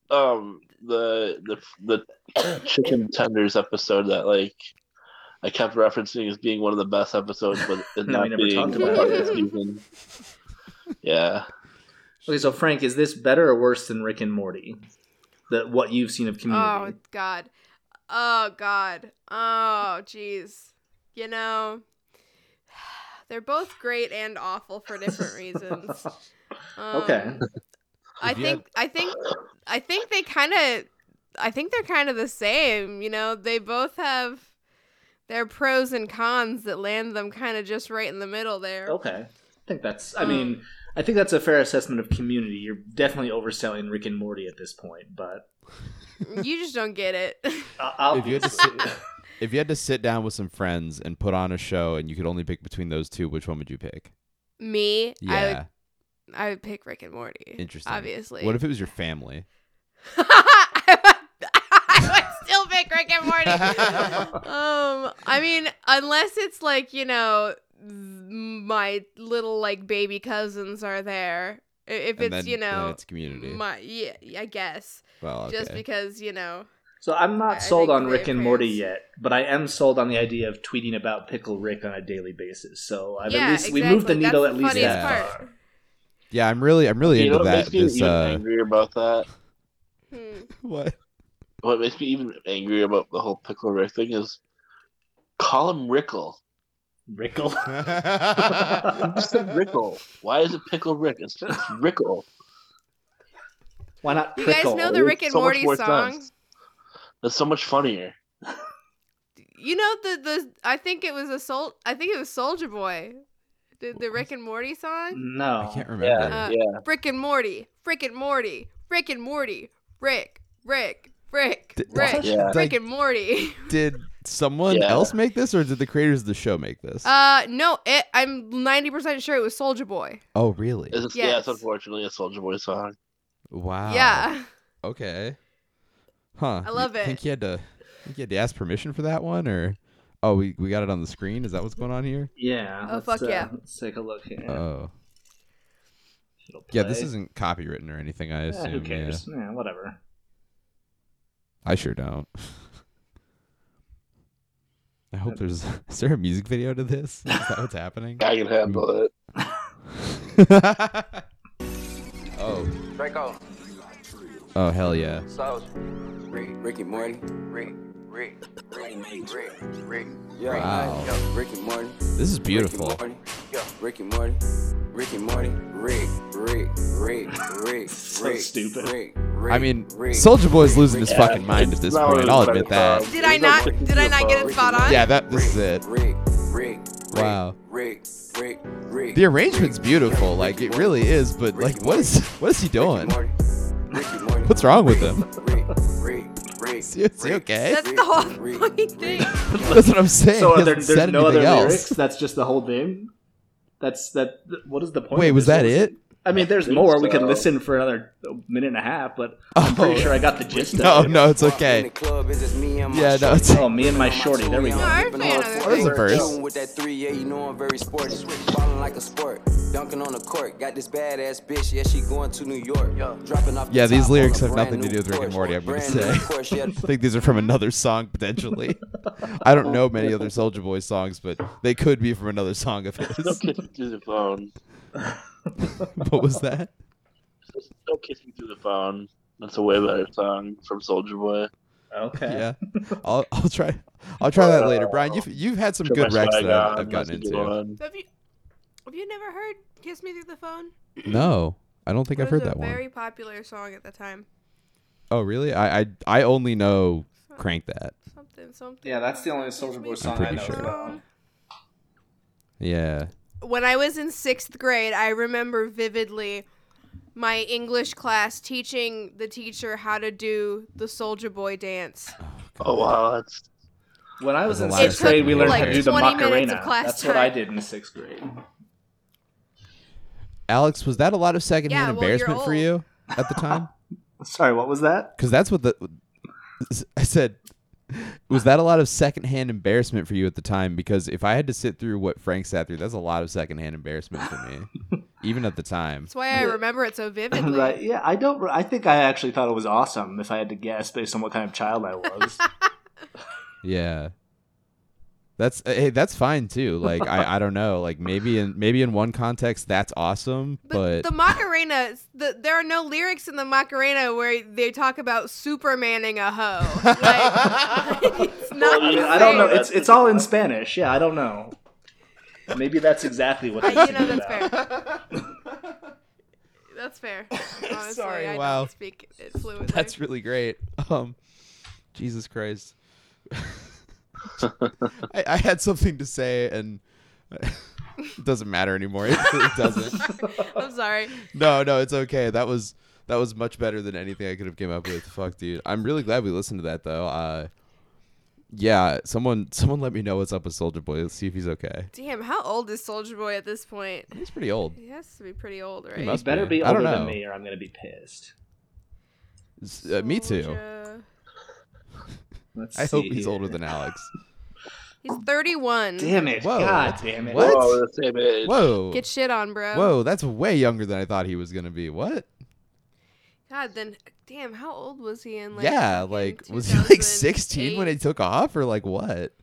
the um the the the chicken tenders episode that like I kept referencing as being one of the best episodes, but it
We
not
never
being
talked
a part
about
of the
it.
season. Yeah,
okay, so Frank, is this better or worse than Rick and Morty? That what you've seen of
Oh
Community?
God. Oh God. Oh jeez. You know, they're both great and awful for different reasons. Um,
okay.
I
If you had-
think I think I think they kind of I think they're kind of the same. You know, they both have their pros and cons that land them kind of just right in the middle there.
Okay. I think that's.
Um,
I mean, I think that's a fair assessment of Community. You're definitely overselling Rick and Morty at this point, but
You just don't get it.
uh,
If you had to
obviously,
sit- If you had to sit down with some friends and put on a show, and you could only pick between those two, which one would you pick?
Me, I
Yeah,
would I would pick Rick and Morty.
interesting.
Obviously.
What if it was your family?
I would- I would still pick Rick and Morty. um, I mean, unless it's like you know, th- my little like baby cousins are there. I- If
and
it's
then,
you
then
know,
it's community.
my yeah, I guess
well, okay.
just because you know.
so I'm
I
not sold
think
on Rick and
Greyface.
Morty yet, but I am sold on the idea of tweeting about Pickle Rick on a daily basis. So I've
yeah,
at least
exactly.
we moved the needle
That's
at least
funniest
that
part.
far.
yeah, I'm really, I'm really
you know
into
what
that.
makes me
This,
even
uh,
angrier about that?
Hmm.
what?
What makes me even angrier about the whole pickle Rick thing is call him Rickle.
Rickle.
I just said Rickle. Why is it pickle Rick? It's just Rickle.
Why not?
You
Prickle?
guys know the Rick and
So much
Morty
more
song.
sense. That's so much funnier.
You know the the I think it was a sol I think it was Soldier Boy, the the Rick and Morty song.
I
No.
can't remember.
Yeah,
Uh,
yeah.
Rick and Morty, Rick and Morty, Rick and Morty, Rick, Rick, Rick,
Did-
Rick,
Yeah.
Rick
Like,
and Morty.
did someone
Yeah.
else make this, or did the creators of the show make this?
Uh, no, it, I'm 90% sure it was Soldier Boy.
oh, really?
It's, just- Yeah,
Yes.
it's unfortunately a Soldier Boy song.
Wow.
Yeah.
Okay. Huh.
I love
you Think
it.
you had to? Think you had to ask permission for that one, or? Oh, we, we got it on the screen. Is that what's going on here?
Yeah.
Oh,
let's,
fuck
uh,
yeah.
Let's take a look here.
Oh,
It'll
yeah. This
play.
isn't copywritten or anything. I
Eh,
assume.
who
yeah.
cares? Yeah, whatever.
I sure don't. I hope there's. Is there a music video to this? Is that what's happening?
I can handle
Mm.
it.
oh.
Draco,
Oh hell yeah.
Soul, Rick, Ricky Morty, Rick, Rick, Rick, Rick, Rick, yeah,
Wow.
yo, Ricky Morty,
This is beautiful.
Ricky Morty, yo, Ricky Morty, Ricky Morty, Rick, Rick, Rick, Rick,
So
Rick,
stupid.
Rick, Rick,
I mean,
Rick,
Soldier Boy's losing his
Yeah,
fucking mind at
it's
this
not one of
point.
the
I'll
better
admit that.
songs.
Did I
There's no
not-
fucking
did I not get
song.
it spot on?
Yeah, that this is
Rick,
it.
Rick, Rick, Rick,
Wow.
Rick, Rick, Rick.
The arrangement's
Rick,
beautiful,
yo,
like
Ricky
it
Morty,
really is, but
Ricky
like what is what is he doing?
Ricky Morty, Ricky Morty,
What's wrong with
Rick,
him?
Rick, Rick, Rick,
Is he, is he
Rick,
okay?
That's the whole fucking thing.
That's what I'm saying.
So
he
are there,
hasn't
there's
said
no other
anything
lyrics.
else.
That's just the whole thing. That's that. What is the point?
Wait,
of
was
this?
that it?
I mean, there's
think
more. We could
so.
listen for another minute and a half, but I'm
Oh
pretty sure I got the gist
no,
of it.
no, it's
Walk in
okay.
the club, it's just me and my
Yeah, no,
shorty.
it's
Oh, me and my shorty. There we
Two
go.
young
Alright,
women
man,
on
I
the
was
court.
That's a verse.
Shooting With that three, yeah, you know I'm very sporty. Ballin' like a sport. Dunking on the court. Got this badass bitch, yeah, she going to New York. Dropping off the
Yeah, these
top
lyrics
on a
have
brand
nothing to
new
do with Rick and
Porsche.
Morty, I'm gonna
Brand new
say.
Porsche, yeah,
I think these are from another song potentially. I don't know many other Soldier Boy songs, but they could be from another song of
No
his.
kissing through the phone.
what was that?
No kissing through the phone. That's a way better song from Soldier Boy.
Okay.
Yeah, I'll I'll try I'll try that later. Brian, you've you've had some
Put
good
my
wrecks
swag
that I've,
on,
I've gotten
that's a good
into.
one.
Have you, have you never heard Kiss Me Through the Phone?
No, I don't think
It
I've
was
heard
a
that one.
very popular song at the time.
Oh really? I I I only know Crank That.
Something, something.
Yeah, that's the only
Kiss
Soulja
Me
Boy
Through
song
I'm
the
I know.
pretty sure.
about.
Phone.
Yeah.
when I was in sixth grade, I remember vividly my English class teaching the teacher how to do the Soldier Boy dance.
Oh wow, that's
When I was in
There's a lot of
sixth grade, we
stuff
learned
in
how to do
here.
the
20 minutes of
Macarena.
class
That's what I
time.
did in sixth grade.
Alex, was that a lot of secondhand
Yeah, well, you're
embarrassment for
old.
you at the time?
Sorry, what was that?
Because that's what the I said. Was that a lot of secondhand embarrassment for you at the time? Because if I had to sit through what Frank sat through, that's a lot of secondhand embarrassment for me, even at the time.
That's why I remember it so vividly.
right. Yeah, I don't. I think I actually thought it was awesome if I had to guess based on what kind of child I was.
Yeah. That's eh, hey, that's fine too. Like I, I don't know. Like maybe in maybe in one context that's awesome,
But,
but,
the Macarena, the, there are no lyrics in the Macarena where they talk about Supermaning a hoe. Like, it's not.
I mean,
I don't know.
the
It's it's all in Spanish. Yeah, I don't know. Maybe that's exactly what.
same.
I,
Uh, you know that's fair. That's fair. Honestly,
Sorry,
I
wow.
don't speak it fluently.
that's really great. Um Jesus Christ. I, I had something to say and it doesn't matter anymore. It, it doesn't.
I'm sorry.
No, no, it's okay. That was that was much better than anything I could have came up with. Fuck, dude. I'm really glad we listened to that though. Uh yeah, someone someone let me know what's up with Soldier Boy. Let's see if he's okay.
Damn, how old is Soldier Boy at this point?
He's pretty old.
He has to be pretty old, right?
must
better
be.
be
I
older
don't
than
know.
me, or I'm gonna be pissed.
S- Uh, me too.
Soulja.
Let's
I
see
hope he's
here.
older than Alex.
He's 31.
Damn it!
Whoa,
God
what-
damn it!
What?
Whoa, we're the same age.
Whoa.
Get shit on, bro.
Whoa, that's way younger than I thought he was gonna be. What?
God, then damn, how old was he in like?
yeah,
fucking
like was he like 16 when
2008?
he took off, or like what?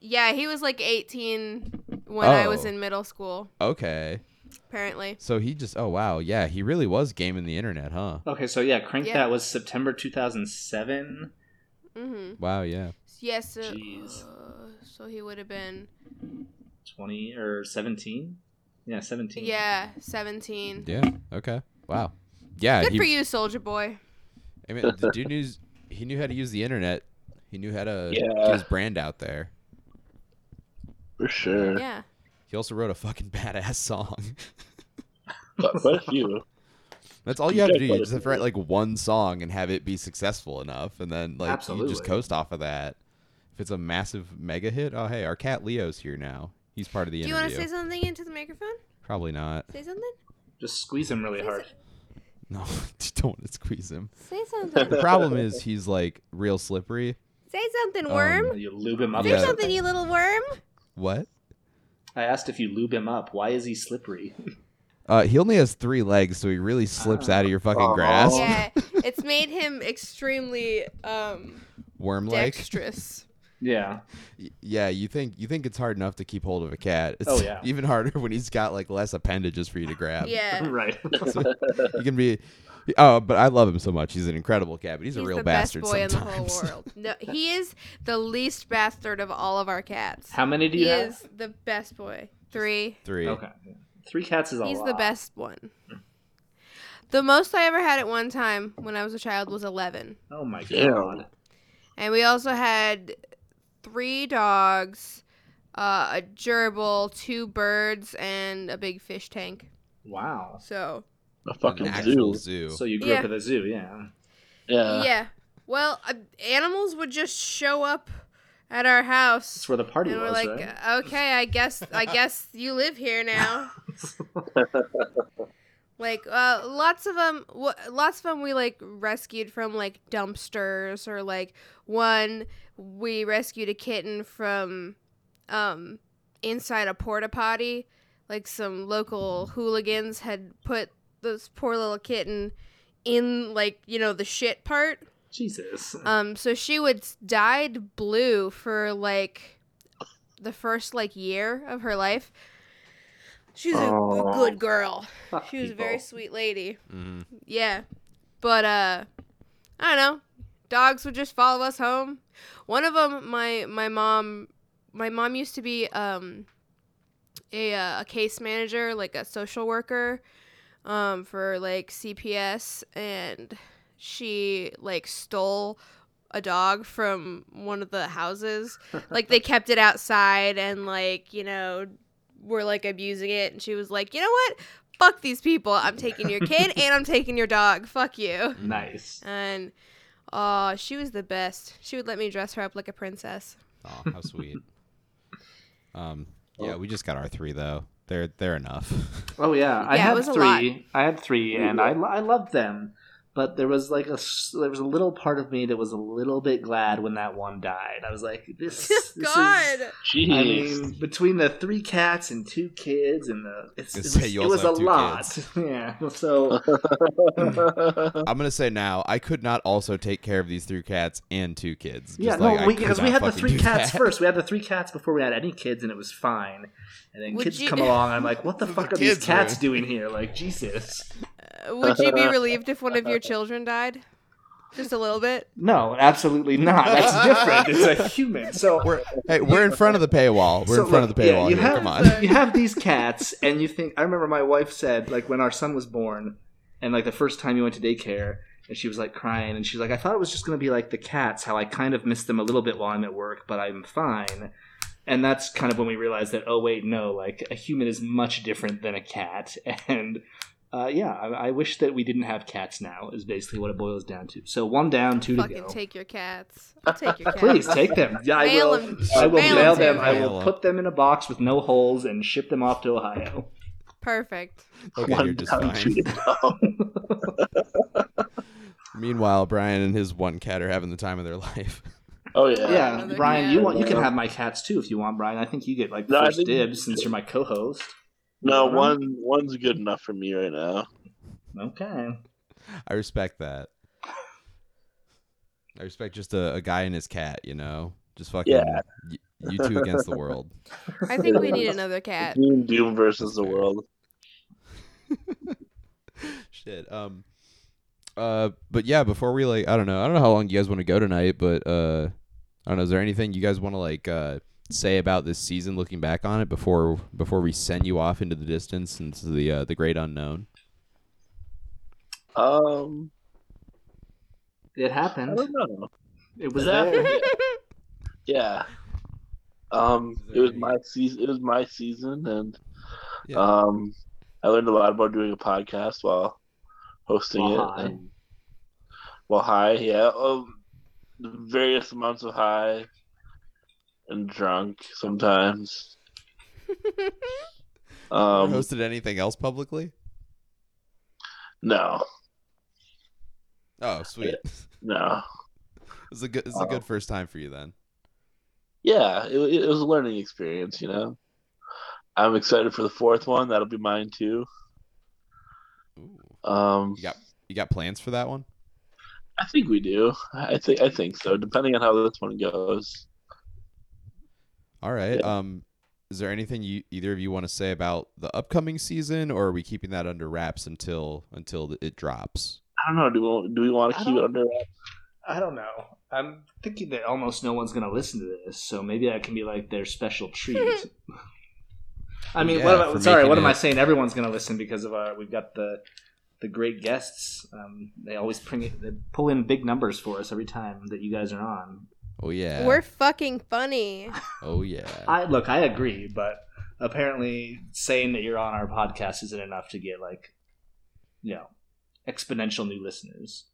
Yeah, he was like 18 when I was
Oh.
in middle school.
Okay,
Apparently,
so he just oh wow, yeah, he really was gaming the internet, huh?
Okay, so yeah, Crank
Yeah.
That was September 2007.
mm-hmm.
Wow, yeah,
yes. uh,
Jeez.
uh, so he would have been
20 or 17 yeah 17
yeah 17.
yeah, okay, wow, yeah.
Good
he,
for you, Soldier Boy.
I mean, the dude knew he knew how to use the internet. He knew how to
Yeah.
get his brand out there.
For sure.
Yeah.
He also wrote a fucking badass song.
But quite a few.
That's all you have to do. You just have to write like one song and have it be successful enough, and then like you
Absolutely.
just coast off of that. If it's a massive mega hit, oh hey, our cat Leo's here now. He's part of the
Do you want
interview.
to say something into the microphone?
Probably not.
Say something.
just squeeze him really hard
No, you don't want to squeeze him.
Say something.
The problem is he's like real slippery.
Say something, worm.
Um,
you lube him up
Say
yeah.
something, you little worm.
What?
i asked if you lube him up why is he slippery
Uh, he only has three legs, so he really slips out of your fucking
Aw.
grasp.
Yeah, it's made him extremely um
Worm like.
dexterous.
yeah
Y- Yeah, you think you think it's hard enough to keep hold of a cat. It's
Oh, yeah.
even harder when he's got like less appendages for you to grab.
Yeah,
right
He can be. Oh, but I love him so much. He's an incredible cat, but he's, a
he's
real
the
bastard
best boy in the
sometimes.
whole world. No, he is the least bastard of all of our cats.
how many do you
he
have
is the best boy. Three.
Three.
okay yeah. three cats is a
He's
lot
the best one. The most I ever had at one time when I was a child was eleven,
oh my god
Damn.
and we also had three dogs, uh, a gerbil, two birds, and a big fish tank.
wow
So
A
An
fucking
actual
zoo.
zoo.
so you grew up
Yeah.
at a zoo yeah Uh.
Yeah.
yeah. Well, uh, animals would just show up at our house,
that's where the party
and we're
was
like, uh,
right
"Okay, I guess, I guess you live here now." like, uh, lots of them, w- lots of them, we like rescued from like dumpsters, or like one we rescued a kitten from, um, inside a porta potty. Like some local hooligans had put this poor little kitten in like you know the shit part
jesus
um, so she would dyed blue for like the first like year of her life. She was
Aw.
a good girl.
Fuck
She was a
people.
very sweet lady.
Mhm.
Yeah, but uh, I don't know. Dogs would just follow us home. One of them, my my mom, my mom used to be um a uh, a case manager, like a social worker, um for like CPS, and she like stole a dog from one of the houses. like they kept it outside and like you know were like abusing it, and she was like, you know what? Fuck these people. I'm taking your kid and I'm taking your dog. Fuck you.
nice
And oh, she was the best. She would let me dress her up like a princess.
Aw, how sweet. um. Yeah, we just got our three though. They're they're enough.
Oh yeah, I
Yeah, it
had
was a
three. I had three, and I I loved them. But there was like a s- there was a little part of me that was a little bit glad when that one died. I was like, this, this is.
God.
Jeez.
I mean, between the three cats and two kids, and the it's, it
Gonna
was,
say you
it
also
was a
have two
lot. Yeah, so
I'm gonna say now, I could not also take care of these three cats and two kids.
yeah,
Just,
no,
like, I
we,
could
because we had
not
the
fucking
three
do
cats
that.
first. We had the three cats before we had any kids, and it was fine. And then
Would
kids
you-
come along, I'm like, what the fuck are these
kids
cats
were-
doing here? Like Jesus.
Uh, Would you be relieved if one of your children died? Just a little bit.
No, absolutely not. That's different. It's a human. So
We're, hey, we're in front of the paywall. We're
So,
in front of
look,
the
yeah,
paywall.
you
here.
have
Come on.
the-
you have these cats, and you think. I remember my wife said, like, when our son was born, and like the first time he went to daycare, and she was like crying, and she's like, I thought it was just going to be like the cats, how I kind of miss them a little bit while I'm at work, but I'm fine. And that's kind of when we realized that, oh, wait, no, like, a human is much different than a cat. And uh, yeah, I, I wish that we didn't have cats now, is basically what it boils down to. So one down, two to
Fucking
go.
take your cats. I'll take your cats.
Please take them. Yeah, I
Mail
will.
them.
I will
Mail
mail, them.
them to
I
me. Mail
will
them.
put them in a box with no holes and ship them off to Ohio.
Perfect.
Okay,
One
you're just
down,
fine.
two to go.
Meanwhile, Brian and his one cat are having the time of their life.
oh yeah.
Yeah,
Another
Brian,
cat.
you want you can have my cats too if you want, Brian. I think you get like
No, I
first
think-
dibs since you're my co-host.
No,
You
one
want
one's good enough for me right now.
them? Okay.
I respect that. I respect just a, a guy and his cat, you know? Just fucking
Yeah.
y- you two against the world.
I think we need another cat.
Doom, Doom versus the world.
Shit. Um uh but yeah, before we like I don't know. I don't know how long you guys want to go tonight, but uh I don't know, is there anything you guys want to like uh say about this season looking back on it before before we send you off into the distance into the uh, the great unknown?
Um,
It
I
happened.
don't know.
It was
It happened.
there.
Yeah. Um,
Is there
it was
any-
my season. It was my season, and
Yeah.
um, I learned a lot about doing a podcast while hosting
While
it.
high.
And, well, high, yeah. Um, various amounts of high and drunk sometimes.
Ever
um,
hosted anything else publicly?
no,
Oh, sweet.
no.
it's a good it's a good first time for you then.
Yeah, it, it was a learning experience, you know. I'm excited for the fourth one. That'll be mine too.
Ooh.
Um,
You got you got plans for that one?
I think we do. I think I think so. Depending on how this one goes.
All right.
Yeah.
Um, is there anything you either of you want to say about the upcoming season, or are we keeping that under wraps until until it drops?
I don't know. Do we want- do we want
I
to keep it
don't-
under wraps?
I don't know. I'm thinking that almost no one's gonna listen to this, so maybe that can be like their special treat. I mean,
Yeah,
what am I,
for
sorry,
making
what am I
it-
saying? Everyone's gonna listen because of our. We've got the the great guests. Um, they always bring it, they pull in big numbers for us every time that you guys are on.
Oh yeah.
We're fucking funny.
oh yeah.
I look, I agree, but apparently saying that you're on our podcast isn't enough to get like, you know, exponential new listeners.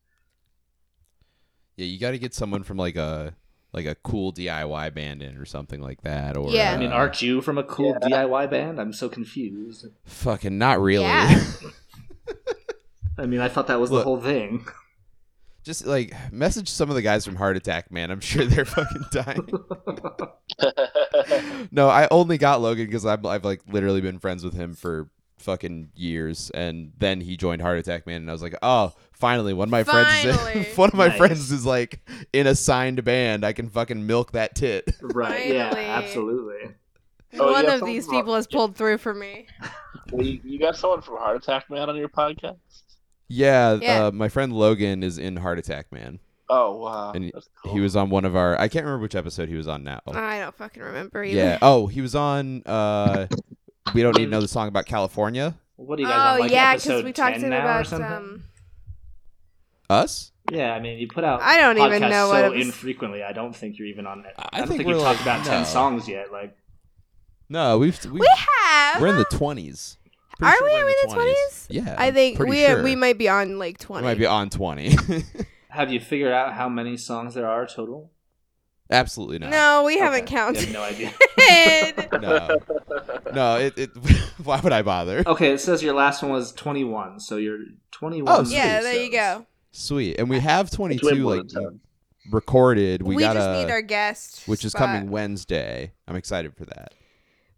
yeah, you got to get someone from like a like a cool DIY band in or something like that, or
Yeah.
I mean,
uh,
aren't you from a cool DIY band? I'm so confused.
fucking not really.
Yeah.
I mean, I thought that was the
Look.
whole thing.
Just like message some of the guys from Heart Attack, man. I'm sure they're fucking dying. no, I only got Logan because I've, I've like literally been friends with him for fucking years, and then he joined Heart Attack Man, and I was like, oh, finally, one of my friends,
Finally.
is one of my
Nice.
friends is like in a signed band. I can fucking milk that tit.
right. Yeah,
Finally.
absolutely.
Oh,
One
yeah,
of these
somehow.
people has pulled through for me.
Well, you, you got someone from Heart Attack Man on your podcast?
Yeah,
Yeah.
Uh, my friend Logan is in Heart Attack Man.
Oh wow,
And
that's
He was on one of our. I can't remember which episode he was on now.
I don't fucking remember either.
yeah. Oh, he was on. Uh, we don't need to know the song about California.
What do you guys on,
Oh
like,
yeah, because
episode
we talked
10
to him
now or
about
something?
um.
Us.
Yeah, I mean, you put out.
I don't even
podcasts
know what
so
it was-
infrequently. I don't think you're even on it.
I
I, don't
think
think,
we're
you've talked
like,
about
no.
ten songs yet. Like,
No, we've, we've
We have.
We're in the twenties.
Are we in the 20s?
Yeah,
I think
pretty
we
sure.
we might be on like
We
twenty.
might be on twenty.
have you figured out how many songs there are total?
Absolutely not.
no, we haven't
Okay. You have
counted.
no idea.
No. no, it, it. Why would I bother?
Oh.
Okay, it says your last one was 21, so you're 21.
Oh, sweet.
yeah, there you go.
Sweet, and we have twenty
It's way
two
more
like
than ten.
recorded.
We,
We, got
just
a
need our guest,
which is
spot.
coming Wednesday. I'm excited for that.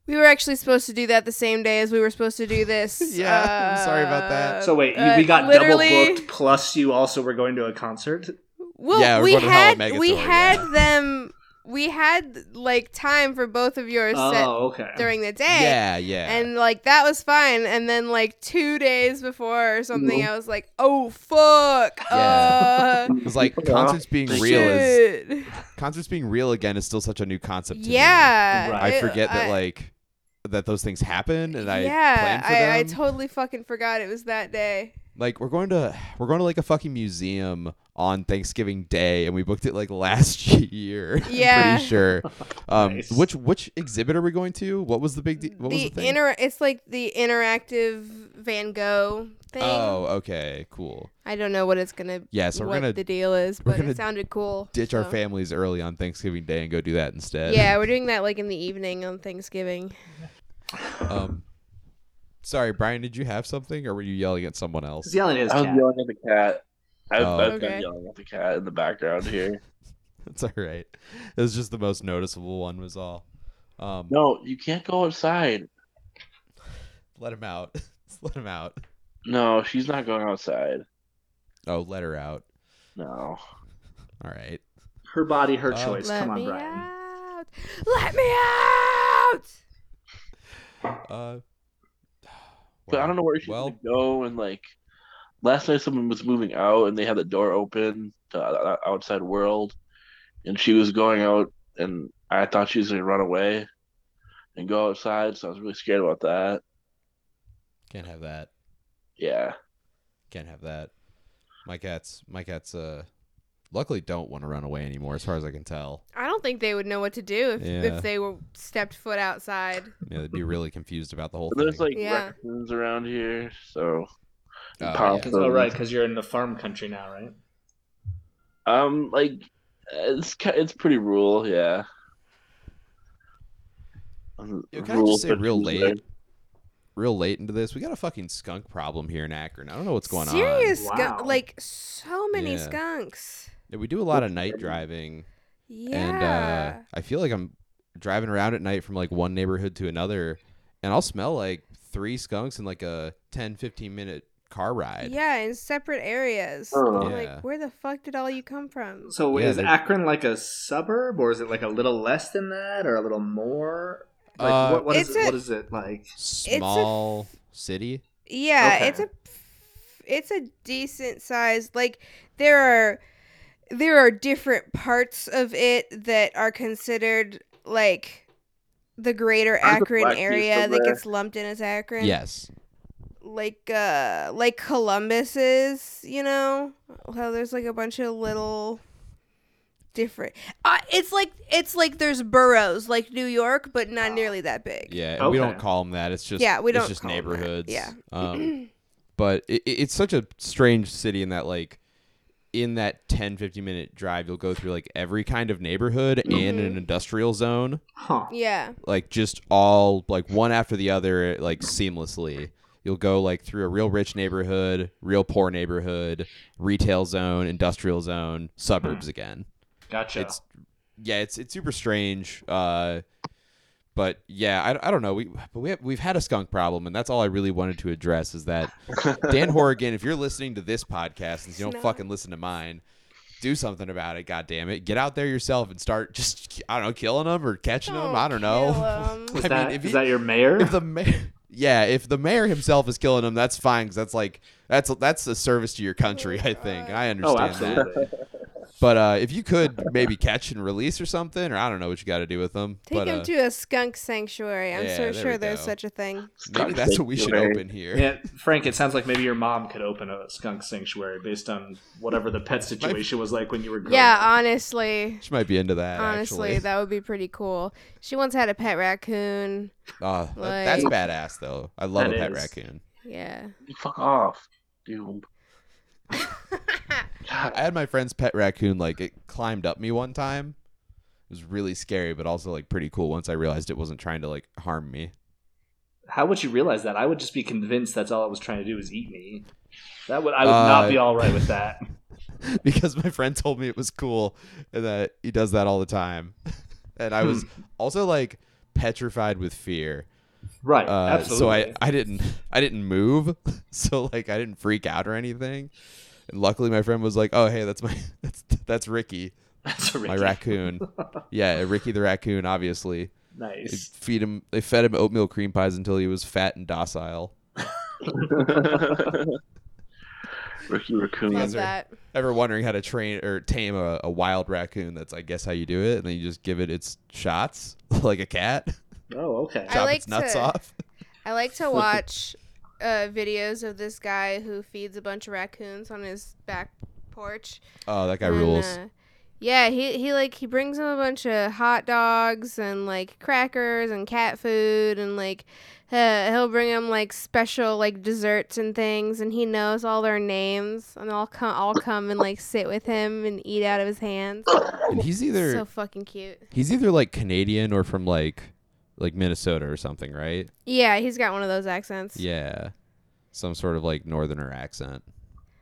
We were actually supposed to do that the same day as we were supposed to do this.
Yeah, I'm sorry about that.
So wait, you,
uh,
we got double
literally-
booked. Plus, you also were going to a concert.
Well,
Yeah, we're
we
going to Hell
had
at
we
Megathor, yeah.
had them. We had like time for both of yours set
Oh, okay.
during the day.
Yeah, yeah.
And like that was fine, and then like two days before or something,
Mhm.
I was like, "Oh fuck!" Uh,
it's like
Yeah.
concerts being real is
shit.
concerts being real again is still such a new concept. To me.
yeah.
Right.
I
it-
forget that
I-
like that those things happen and I
yeah,
plan for them.
I, I totally fucking forgot it was that day.
like we're going to we're going to like a fucking museum on Thanksgiving Day and we booked it like last year. I'm
Yeah.
pretty sure. Um
Nice.
which which exhibit are we going to? What was the big de- what was
the
the thing?
inter it's like the interactive Van Gogh thing.
oh, okay. Cool.
I don't know what it's gonna
Yeah, so we're
what
gonna
the deal is,
we're
but
gonna
it sounded cool.
ditch our
so.
families early on Thanksgiving Day and go do that instead.
Yeah, we're doing that like in the evening on Thanksgiving.
Um Sorry, Brian, did you have something or were you yelling at someone else?
He's yelling at his
I was
cat.
yelling at the cat. I've,
Oh.
I've
Okay.
been yelling at the cat in the background here.
That's all right. It was just the most noticeable one was all. Um
No, you can't go outside.
let him out. let him out.
No, she's not going outside.
Oh, let her out.
No.
All right.
Her body, her
Oh.
choice.
Let
Come on,
me
Brian.
out. Let me out.
Uh,
But I don't know where she's
Well,
going to go. And like last night, someone was moving out and they had the door open to the outside world. And she was going out, and I thought she was going to run away and go outside. So I was really scared about that.
can't have that.
Yeah.
Can't have that. My cats, my cats, uh, luckily don't want to run away anymore, as far as I can tell.
I don't think they would know what to do if,
Yeah.
if they were stepped foot outside.
Yeah, they'd be really confused about the whole
And there's
thing.
like
Yeah.
raccoons around here. So
Oh,
powerful.
Oh, right, because you're in the farm country now, right?
Um, like it's ki- it's pretty rural, yeah. Um,
Yo, can I just say
but
real
Tuesday.
late? Real late into this, we got a fucking skunk problem here in Akron. I don't know what's going
Serious,
on?
sku-
Wow.
like so many
Yeah.
skunks.
on. Yeah, We do a lot of night driving, and
Yeah.
uh, I feel like I'm driving around at night from like one neighborhood to another, and I'll smell like three skunks in like a 10, 15 minute car ride.
yeah, in separate areas.
Oh.
I'm
Yeah.
Like, where the fuck did all you come from?
So
Yeah,
is
they're-
Akron like a suburb, or is it like a little less than that, or a little more? Like,
Uh,
what, what, is
It's
it,
a-
what is it like?
small city.
Yeah,
Okay.
it's a it's a decent size. Like there are there are different parts of it that are considered like the greater
There's a
Akron
Black Keys
area that
somewhere.
gets lumped in as Akron.
Yes.
Like uh like Columbus is, you know. Well, there's like a bunch of little different. Uh, it's like it's like there's boroughs like New York, but not nearly that big.
Yeah, and we don't
Okay.
call them that. It's just
Yeah, we
it's
don't
just
call 'em that.
neighborhoods.
Yeah.
Um, but it, it's such a strange city in that like in that 10 15 minute drive you'll go through like every kind of neighborhood and
Mm-hmm.
an industrial zone
Huh.
Yeah.
like just all like one after the other like seamlessly you'll go like through a real rich neighborhood real poor neighborhood retail zone industrial zone suburbs
Mm-hmm.
again
Gotcha.
it's yeah, it's it's super strange. Uh, but yeah, I, I don't know. We but we have, we've had a skunk problem, and that's all I really wanted to address is that Dan Horrigan. If you're listening to this podcast, and you don't
No.
fucking listen to mine, do something about it. God damn it, get out there yourself and start just I don't know, killing them or catching them.
Don't
I don't know.
Oh,
is
kill 'em.
I
that,
mean, if
is
you-
that your mayor?
if the mayor, yeah, if the mayor himself is killing them, that's fine. 'cause that's like that's that's a service to your country. I think I
oh,
understand that.
absolutely.
But uh, if you could maybe catch and release or something, or I don't know what you got to do with them.
Take
but,
him
uh,
to a skunk sanctuary. I'm
yeah,
so
there we
sure there's
go.
such a thing.
maybe
Skunk
that's what we should
sanctuary.
open here.
Yeah, Frank, it sounds like maybe your mom could open a skunk sanctuary based on whatever the pet situation was like when you were growing
Yeah, um,
up.
honestly.
She might be into that.
Honestly,
actually.
that would be pretty cool. She once had a pet raccoon.
Uh, th- that's
like-
badass though. I love
That
a pet
is.
raccoon.
Yeah.
Fuck off, dude.
I had my friend's pet raccoon like it climbed up me one time. It was really scary, but also like pretty cool once I realized it wasn't trying to like harm me.
How would you realize that? I would just be convinced that's all it was trying to do was eat me. That would I would not
Uh,
be all right with that.
because my friend told me it was cool and that he does that all the time. and I was
Hmm.
also like petrified with fear.
Right.
Uh,
absolutely.
so I, I didn't I didn't move. So like I didn't freak out or anything. And luckily my friend was like, "Oh, hey, that's my that's that's Ricky,
that's a
my
Ricky.
raccoon." yeah, Ricky the raccoon obviously. They
Nice.
feed him they fed him oatmeal cream pies until he was fat and docile.
Ricky Raccoon.
Love
Yes, sir.
that.
Ever wondering how to train or tame a, a wild raccoon? That's I guess how you do it, and then you just give it its shots like a cat.
Oh, okay.
I
chop
like
its nuts
to-
off.
I like to watch uh, videos of this guy who feeds a bunch of raccoons on his back porch.
Oh, that guy
And,
rules.
uh, yeah, he, he like he brings him a bunch of hot dogs and like crackers and cat food and like uh, he'll bring him like special like desserts and things and he knows all their names and all come all come and like sit with him and eat out of his hands.
and he's either
uh, So fucking cute.
he's either like Canadian or from like like Minnesota or something, right?
Yeah, he's got one of those accents.
Yeah. Some sort of like northerner accent.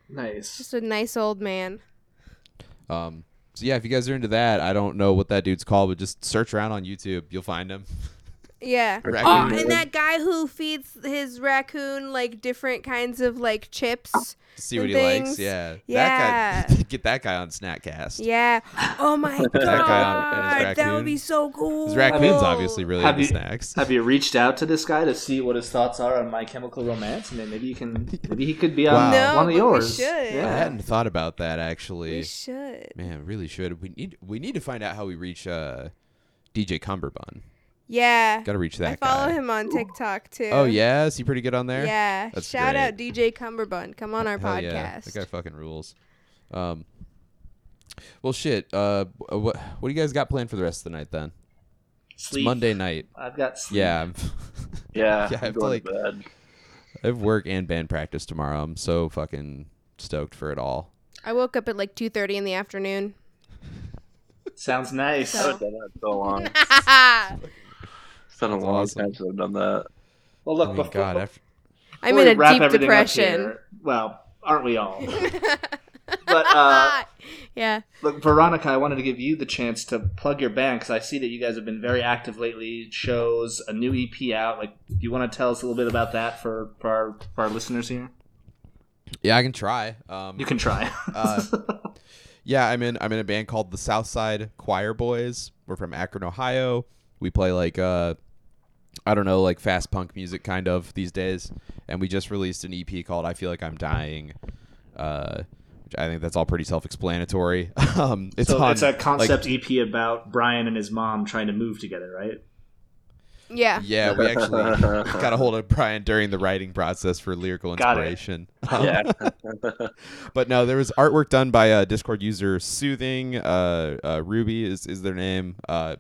Nice.
Just a nice old man.
Um so yeah, if you guys are into that, I don't know what that dude's called, but just search around on YouTube, you'll find him.
Yeah. Oh,
Raccoon
and that guy who feeds his raccoon like different kinds of like chips.
to see what he
things.
likes. Yeah. That guy get that guy on Snackcast.
Yeah. Oh my god.
guy and his
That would
raccoon.
be so cool.
His raccoon's obviously really
Have
into
you-
snacks.
Have you reached out to this guy to see what his thoughts are on My Chemical Romance? And then maybe you can, maybe he could be on
Wow.
one
No, but
of
we
yours.
should.
I
Yeah.
hadn't thought about that actually.
We should.
Man, really should. We need we need to find out how we reach uh DJ Cumberbun.
Yeah.
Gotta reach that
I follow
guy.
him on TikTok too.
Oh yeah, is he pretty good on there?
Yeah.
That's
Shout
great.
out DJ Cumberbund. Come on our
Hell Yeah. That
podcast.
guy fucking rules. Um, well, shit. Uh, what what do you guys got planned for the rest of the night then? It's
Sleep.
Monday night.
I've got sleep.
Yeah, I'm,
Yeah,
Yeah, I
I'm
have to,
going to
like-
bed.
I have work and band practice tomorrow. I'm so fucking stoked for it all.
I woke up at like 2:30 in the afternoon.
Sounds nice.
I haven't done that in so long. It's
I'm
been a
That's
long
awesome.
time since I've done that.
Well,
I
look,
mean,
before,
Oh God, after,
before we
in a
wrap
deep
everything up
depression.
here- well, aren't we all? But uh,
yeah.
look, Veronica, I wanted to give you the chance to plug your band because I see that you guys have been very active lately. Shows a new EP out. Like, do you want to tell us a little bit about that for for our, for our listeners here?
yeah, I can try. Um,
You can try.
Uh, Yeah, I'm in I'm in a band called the Southside Choir Boys. We're from Akron, Ohio. We play like uh I don't know, like fast punk music kind of these days. And we just released an EP called I Feel Like I'm Dying. Uh which I think that's all pretty self-explanatory. um it's
so
on
it's a
like-
concept EP about Brian and his mom trying to move together, right?
Yeah.
yeah, we actually got a hold of Brian during the writing process for lyrical
Got it.
inspiration.
Yeah.
but no, there was artwork done by uh, Discord user Soothing. Uh, uh, Ruby is, is their name. Uh,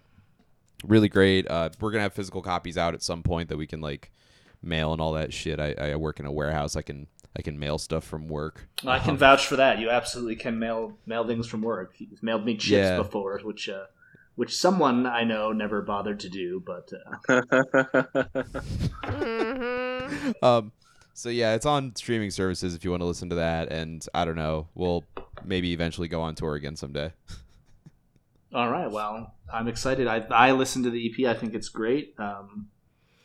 really great. Uh, we're gonna have physical copies out at some point that we can like mail and all that shit. I, I work in a warehouse. I can I can mail stuff from work.
I can vouch for that. You absolutely can mail mail things from work. You've mailed me chips
Yeah.
before, which uh, which someone I know never bothered to do, but uh,
Mhm.
um, so yeah, it's on streaming services if you want to listen to that. And I don't know, we'll maybe eventually go on tour again someday.
all right. Well, I'm excited. I I listened to the EP. I think it's great. Um,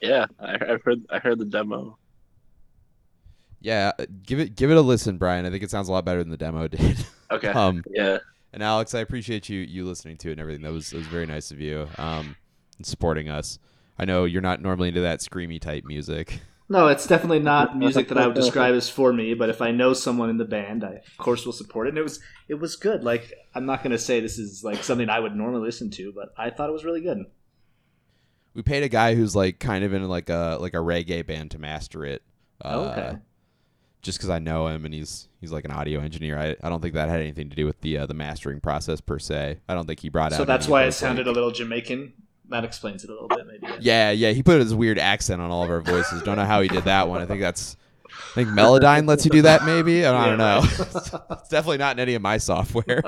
yeah, I, I've heard I heard the demo.
Yeah, uh, give it give it a listen, Brian. I think it sounds a lot better than the demo did.
Okay.
um,
yeah.
And Alex, I appreciate you you listening to it and everything. That was that was very nice of you, um, and supporting us. I know you're not normally into that screamy type music.
no, it's definitely not music that I would describe as for me. But if I know someone in the band, I of course will support it. And it was it was good. Like I'm not going to say this is like something I would normally listen to, but I thought it was really good.
We paid a guy who's like kind of in like a like a reggae band to master it. Uh,
okay.
Just because I know him and he's he's like an audio engineer. I, I don't think that had anything to do with the uh, the mastering process per se. I don't think he brought out.
So that's
any of
why it
those,
sounded a
like-
little Jamaican. That explains it a little bit, maybe.
Yeah, yeah. He put his weird accent on all of our voices. don't know how he did that one. I think that's. I think Melodyne lets you do that, maybe. I don't,
Yeah,
I don't know. it's definitely not in any of my software.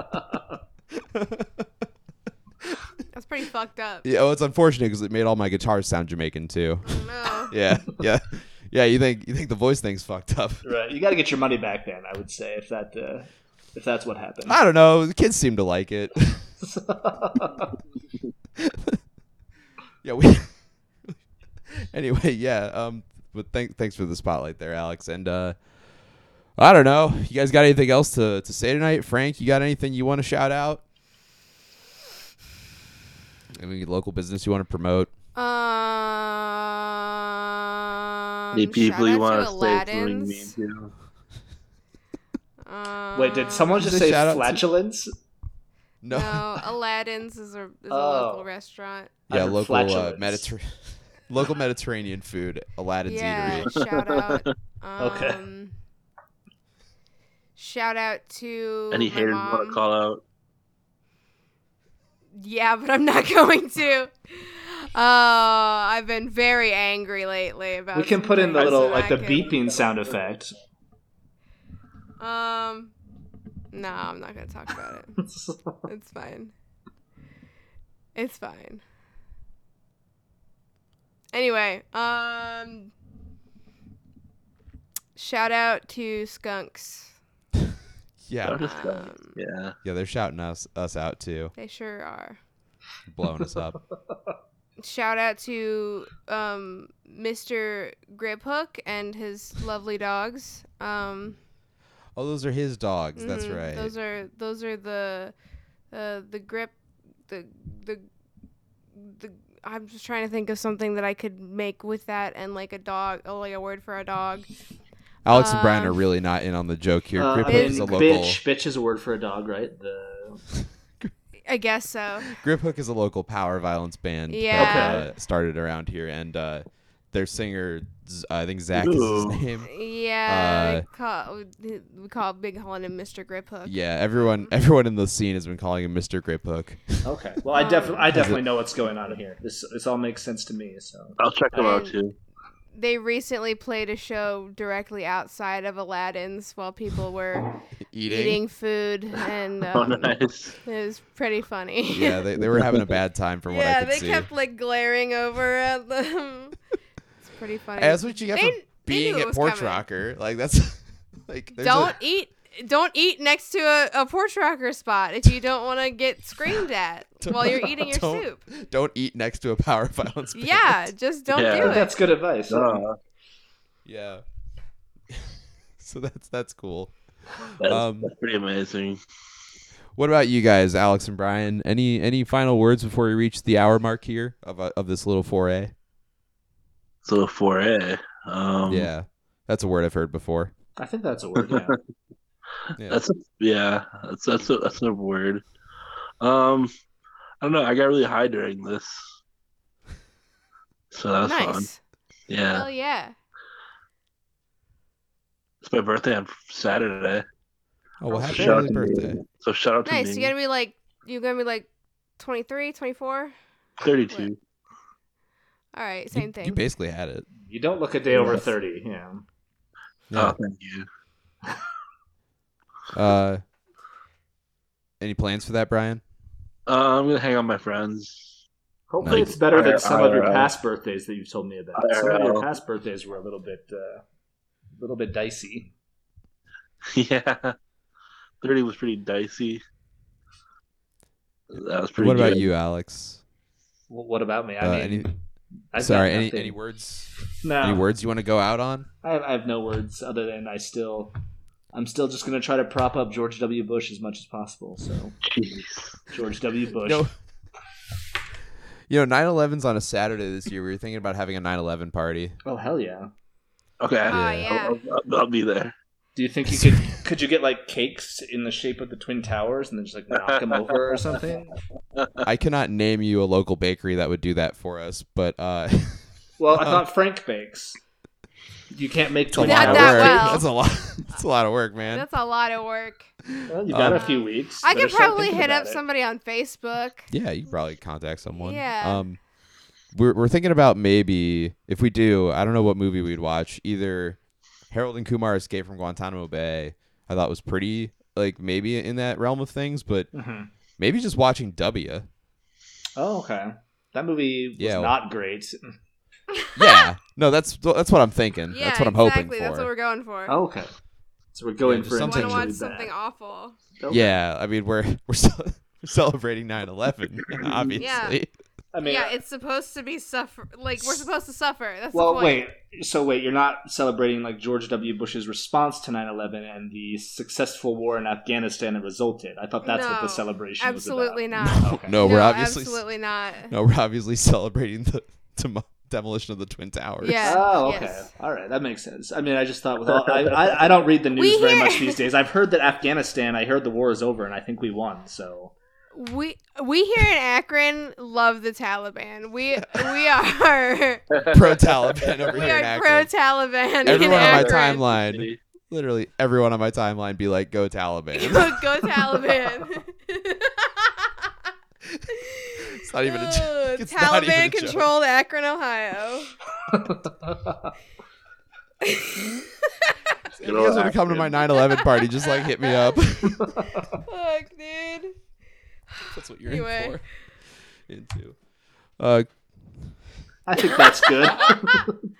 That's pretty fucked up.
Yeah, oh, it's unfortunate because it made all my guitars sound Jamaican too.
No.
yeah, yeah, yeah. You think you think the voice thing's fucked up?
Right. You got to get your money back then, I would say, if that uh, if that's what happened.
I don't know. The kids seem to like it. yeah, we. anyway, yeah. Um, but thank, thanks for the spotlight there, Alex. And uh, I don't know. You guys got anything else to to say tonight, Frank? You got anything you want to shout out? Any local business you want to promote?
Um,
Any people
shout
you
out
want
to
to say something mean
Aladdin's.
to?
Wait, did
Um,
someone just
Just
say
shout out to-
flatulence?
No.
No, Aladdin's is a, is a
Oh.
local restaurant.
I
yeah,
heard
local uh,
flatulence.
Mediter- local Mediterranean food, Aladdin's
yeah,
Eatery.
shout out.
Okay.
Um, Shout out to
Any
my
haters want
mom.
to call out?
Yeah, but I'm not going to. Uh, I've been very angry lately about.
We can
some
put in the
things
little
that
like
I
the
can-
beeping sound effect.
Um, no, I'm not gonna talk about it. It's fine. It's fine. Anyway, um shout out to skunks.
Yeah,
Just go.
Um,
Yeah.
yeah, they're shouting us us out too,
they sure are.
blowing us up.
Shout out to um Mr. Grip Hook and his lovely dogs. Um
Oh, those are his dogs. That's
mhm,
right.
Those are those are the uh, the grip the the the I'm just trying to think of something that I could make with that and like a dog, oh, like a word for a dog.
Alex and Brian
Um,
are really not in on the joke here.
Uh,
Grip
I
Hook is
mean,
a local
bitch, bitch is a word for a dog, right? The
I guess so.
Grip Hook is a local power violence band
Yeah.
that uh, started around here, and uh, their singer, Z- I think Zach is
Ooh.
his name.
Yeah,
Uh,
we, call, we- we call Big Holland and Mr. Grip Hook.
Yeah, everyone,
Mm-hmm.
everyone in the scene has been calling him Mr. Grip Hook.
okay. Well, I definitely, I definitely know what's going on here. This, this all makes sense to me. So
I'll check them out
And-
too.
They recently played a show directly outside of Aladdin's while people were
Eating.
eating? food, and
Oh,
um,
nice.
it was pretty funny.
Yeah, they, they were having a bad time from what I
yeah,
could
they
see.
kept like glaring over at them. it's pretty funny.
Hey, That's what you get
They-
for
they
being
knew it
at
was
Porch
coming.
Rocker. Like that's like there's a-
don't eat. Don't eat next to a, a porch rocker spot if you don't want to get screamed at while you're eating your
Don't-
soup.
don't eat next to a power violence. band.
Yeah, just don't
Yeah.
do it.
that's good advice.
Uh,
yeah. so that's that's cool.
that's,
Um,
that's pretty amazing.
What about you guys, Alex and Brian? Any any final words before we reach the hour mark here of uh, of this little foray?
So four A. Um,
yeah, that's a word I've heard before.
I think that's a word. Yeah.
Yeah.
That's a, yeah. That's that's a, that's a word. Um, I don't know. I got really high during this, so that was fun.
nice.
Yeah,
Hell yeah.
it's my birthday on Saturday.
oh, well, happy
Shout out
early
to me.
birthday!
So shout out to
Nice.
me.
You're gonna be like you're gonna be like 23, 24.
Thirty-two.
All right,
You-
same thing.
You basically had it.
You don't look a day over
Yes.
thirty. Yeah.
Yeah.
Oh, thank you.
Uh, any plans for that, Brian?
Uh, I'm gonna hang out with my friends.
Hopefully,
Nice.
it's better than some of your
uh,
IRL.
past birthdays that you've told me about. Some of your
IRL.
past birthdays were a little bit, uh, a little bit dicey.
yeah, thirty was pretty dicey. That was pretty.
what about
good.
you, Alex?
Well, what about me? I
Uh,
mean,
any,
I've
sorry,
got
any
nothing.
any words?
No,
Any words you want to go out on?
I have, I have no words other than I still, I'm still just gonna try to prop up George W. Bush as much as possible. So
Jeez.
George W. Bush.
No. You know, 9/11's on a Saturday this year. We were thinking about having a 9/11 party.
Oh hell yeah!
Okay.
Oh
Yeah.
yeah.
I'll, I'll, I'll be there.
Do you think you could could you get like cakes in the shape of the twin towers and then just like knock them over or something?
I cannot name you a local bakery that would do that for us, but uh,
Well, I thought Frank bakes. You can't make
it's a
twin
Not
lot of
towers.
that
work.
well.
That's a lot. That's a lot of work, man.
That's a lot of work.
Well, you've got
Um,
a few weeks.
I
Better
could
start
probably
thinking
hit
about
up
it.
somebody on Facebook.
Yeah, you could probably contact someone.
Yeah.
Um, we're we're thinking about maybe if we do, I don't know what movie we'd watch. Either Harold and Kumar Escape from Guantanamo Bay, I thought was pretty like maybe in that realm of things, but
Mhm.
maybe just watching W.
Oh, okay. That movie was
Yeah, well-
not great.
Yeah. No, that's that's what I'm thinking.
Yeah,
that's what I'm
exactly.
hoping for.
That's what we're going for.
Oh, okay. So we're going
Yeah,
for
just
want to
something-
intentionally
watch
bad.
something awful.
Okay.
Yeah, I mean we're we're, cel- we're celebrating 9/11, obviously.
I mean,
yeah, it's supposed to be suffer. Like we're supposed to suffer. That's the
well,
point.
wait. So wait, you're not celebrating like George W. Bush's response to 9/11 and the successful war in Afghanistan that resulted. I thought that's what
No,
the celebration
Absolutely
was
not.
about. Okay.
No, we're obviously
absolutely not.
no, we're obviously celebrating the demo- demolition of the twin towers.
Yeah.
Oh, okay.
Yes.
All right, that makes sense. I mean, I just thought with all I, I, I don't read the news
We
very
hear-
much these days. I've heard that Afghanistan. I heard the war is over, and I think we won. So
We we here in Akron love the Taliban. We we are
Pro Taliban over
we
here in
are pro
Akron.
Taliban.
Everyone
in
on my
Akron.
timeline, literally everyone on my timeline, be like, "Go Taliban."
Go, go Taliban.
it's not even a joke.
Ugh,
It's not even a
Taliban
joke.
controlled Akron, Ohio.
If you guys want to come to my 9/11 party, just like hit me up.
Fuck, dude.
That's what you're
Anyway.
in for. Into. Uh,
I think that's good.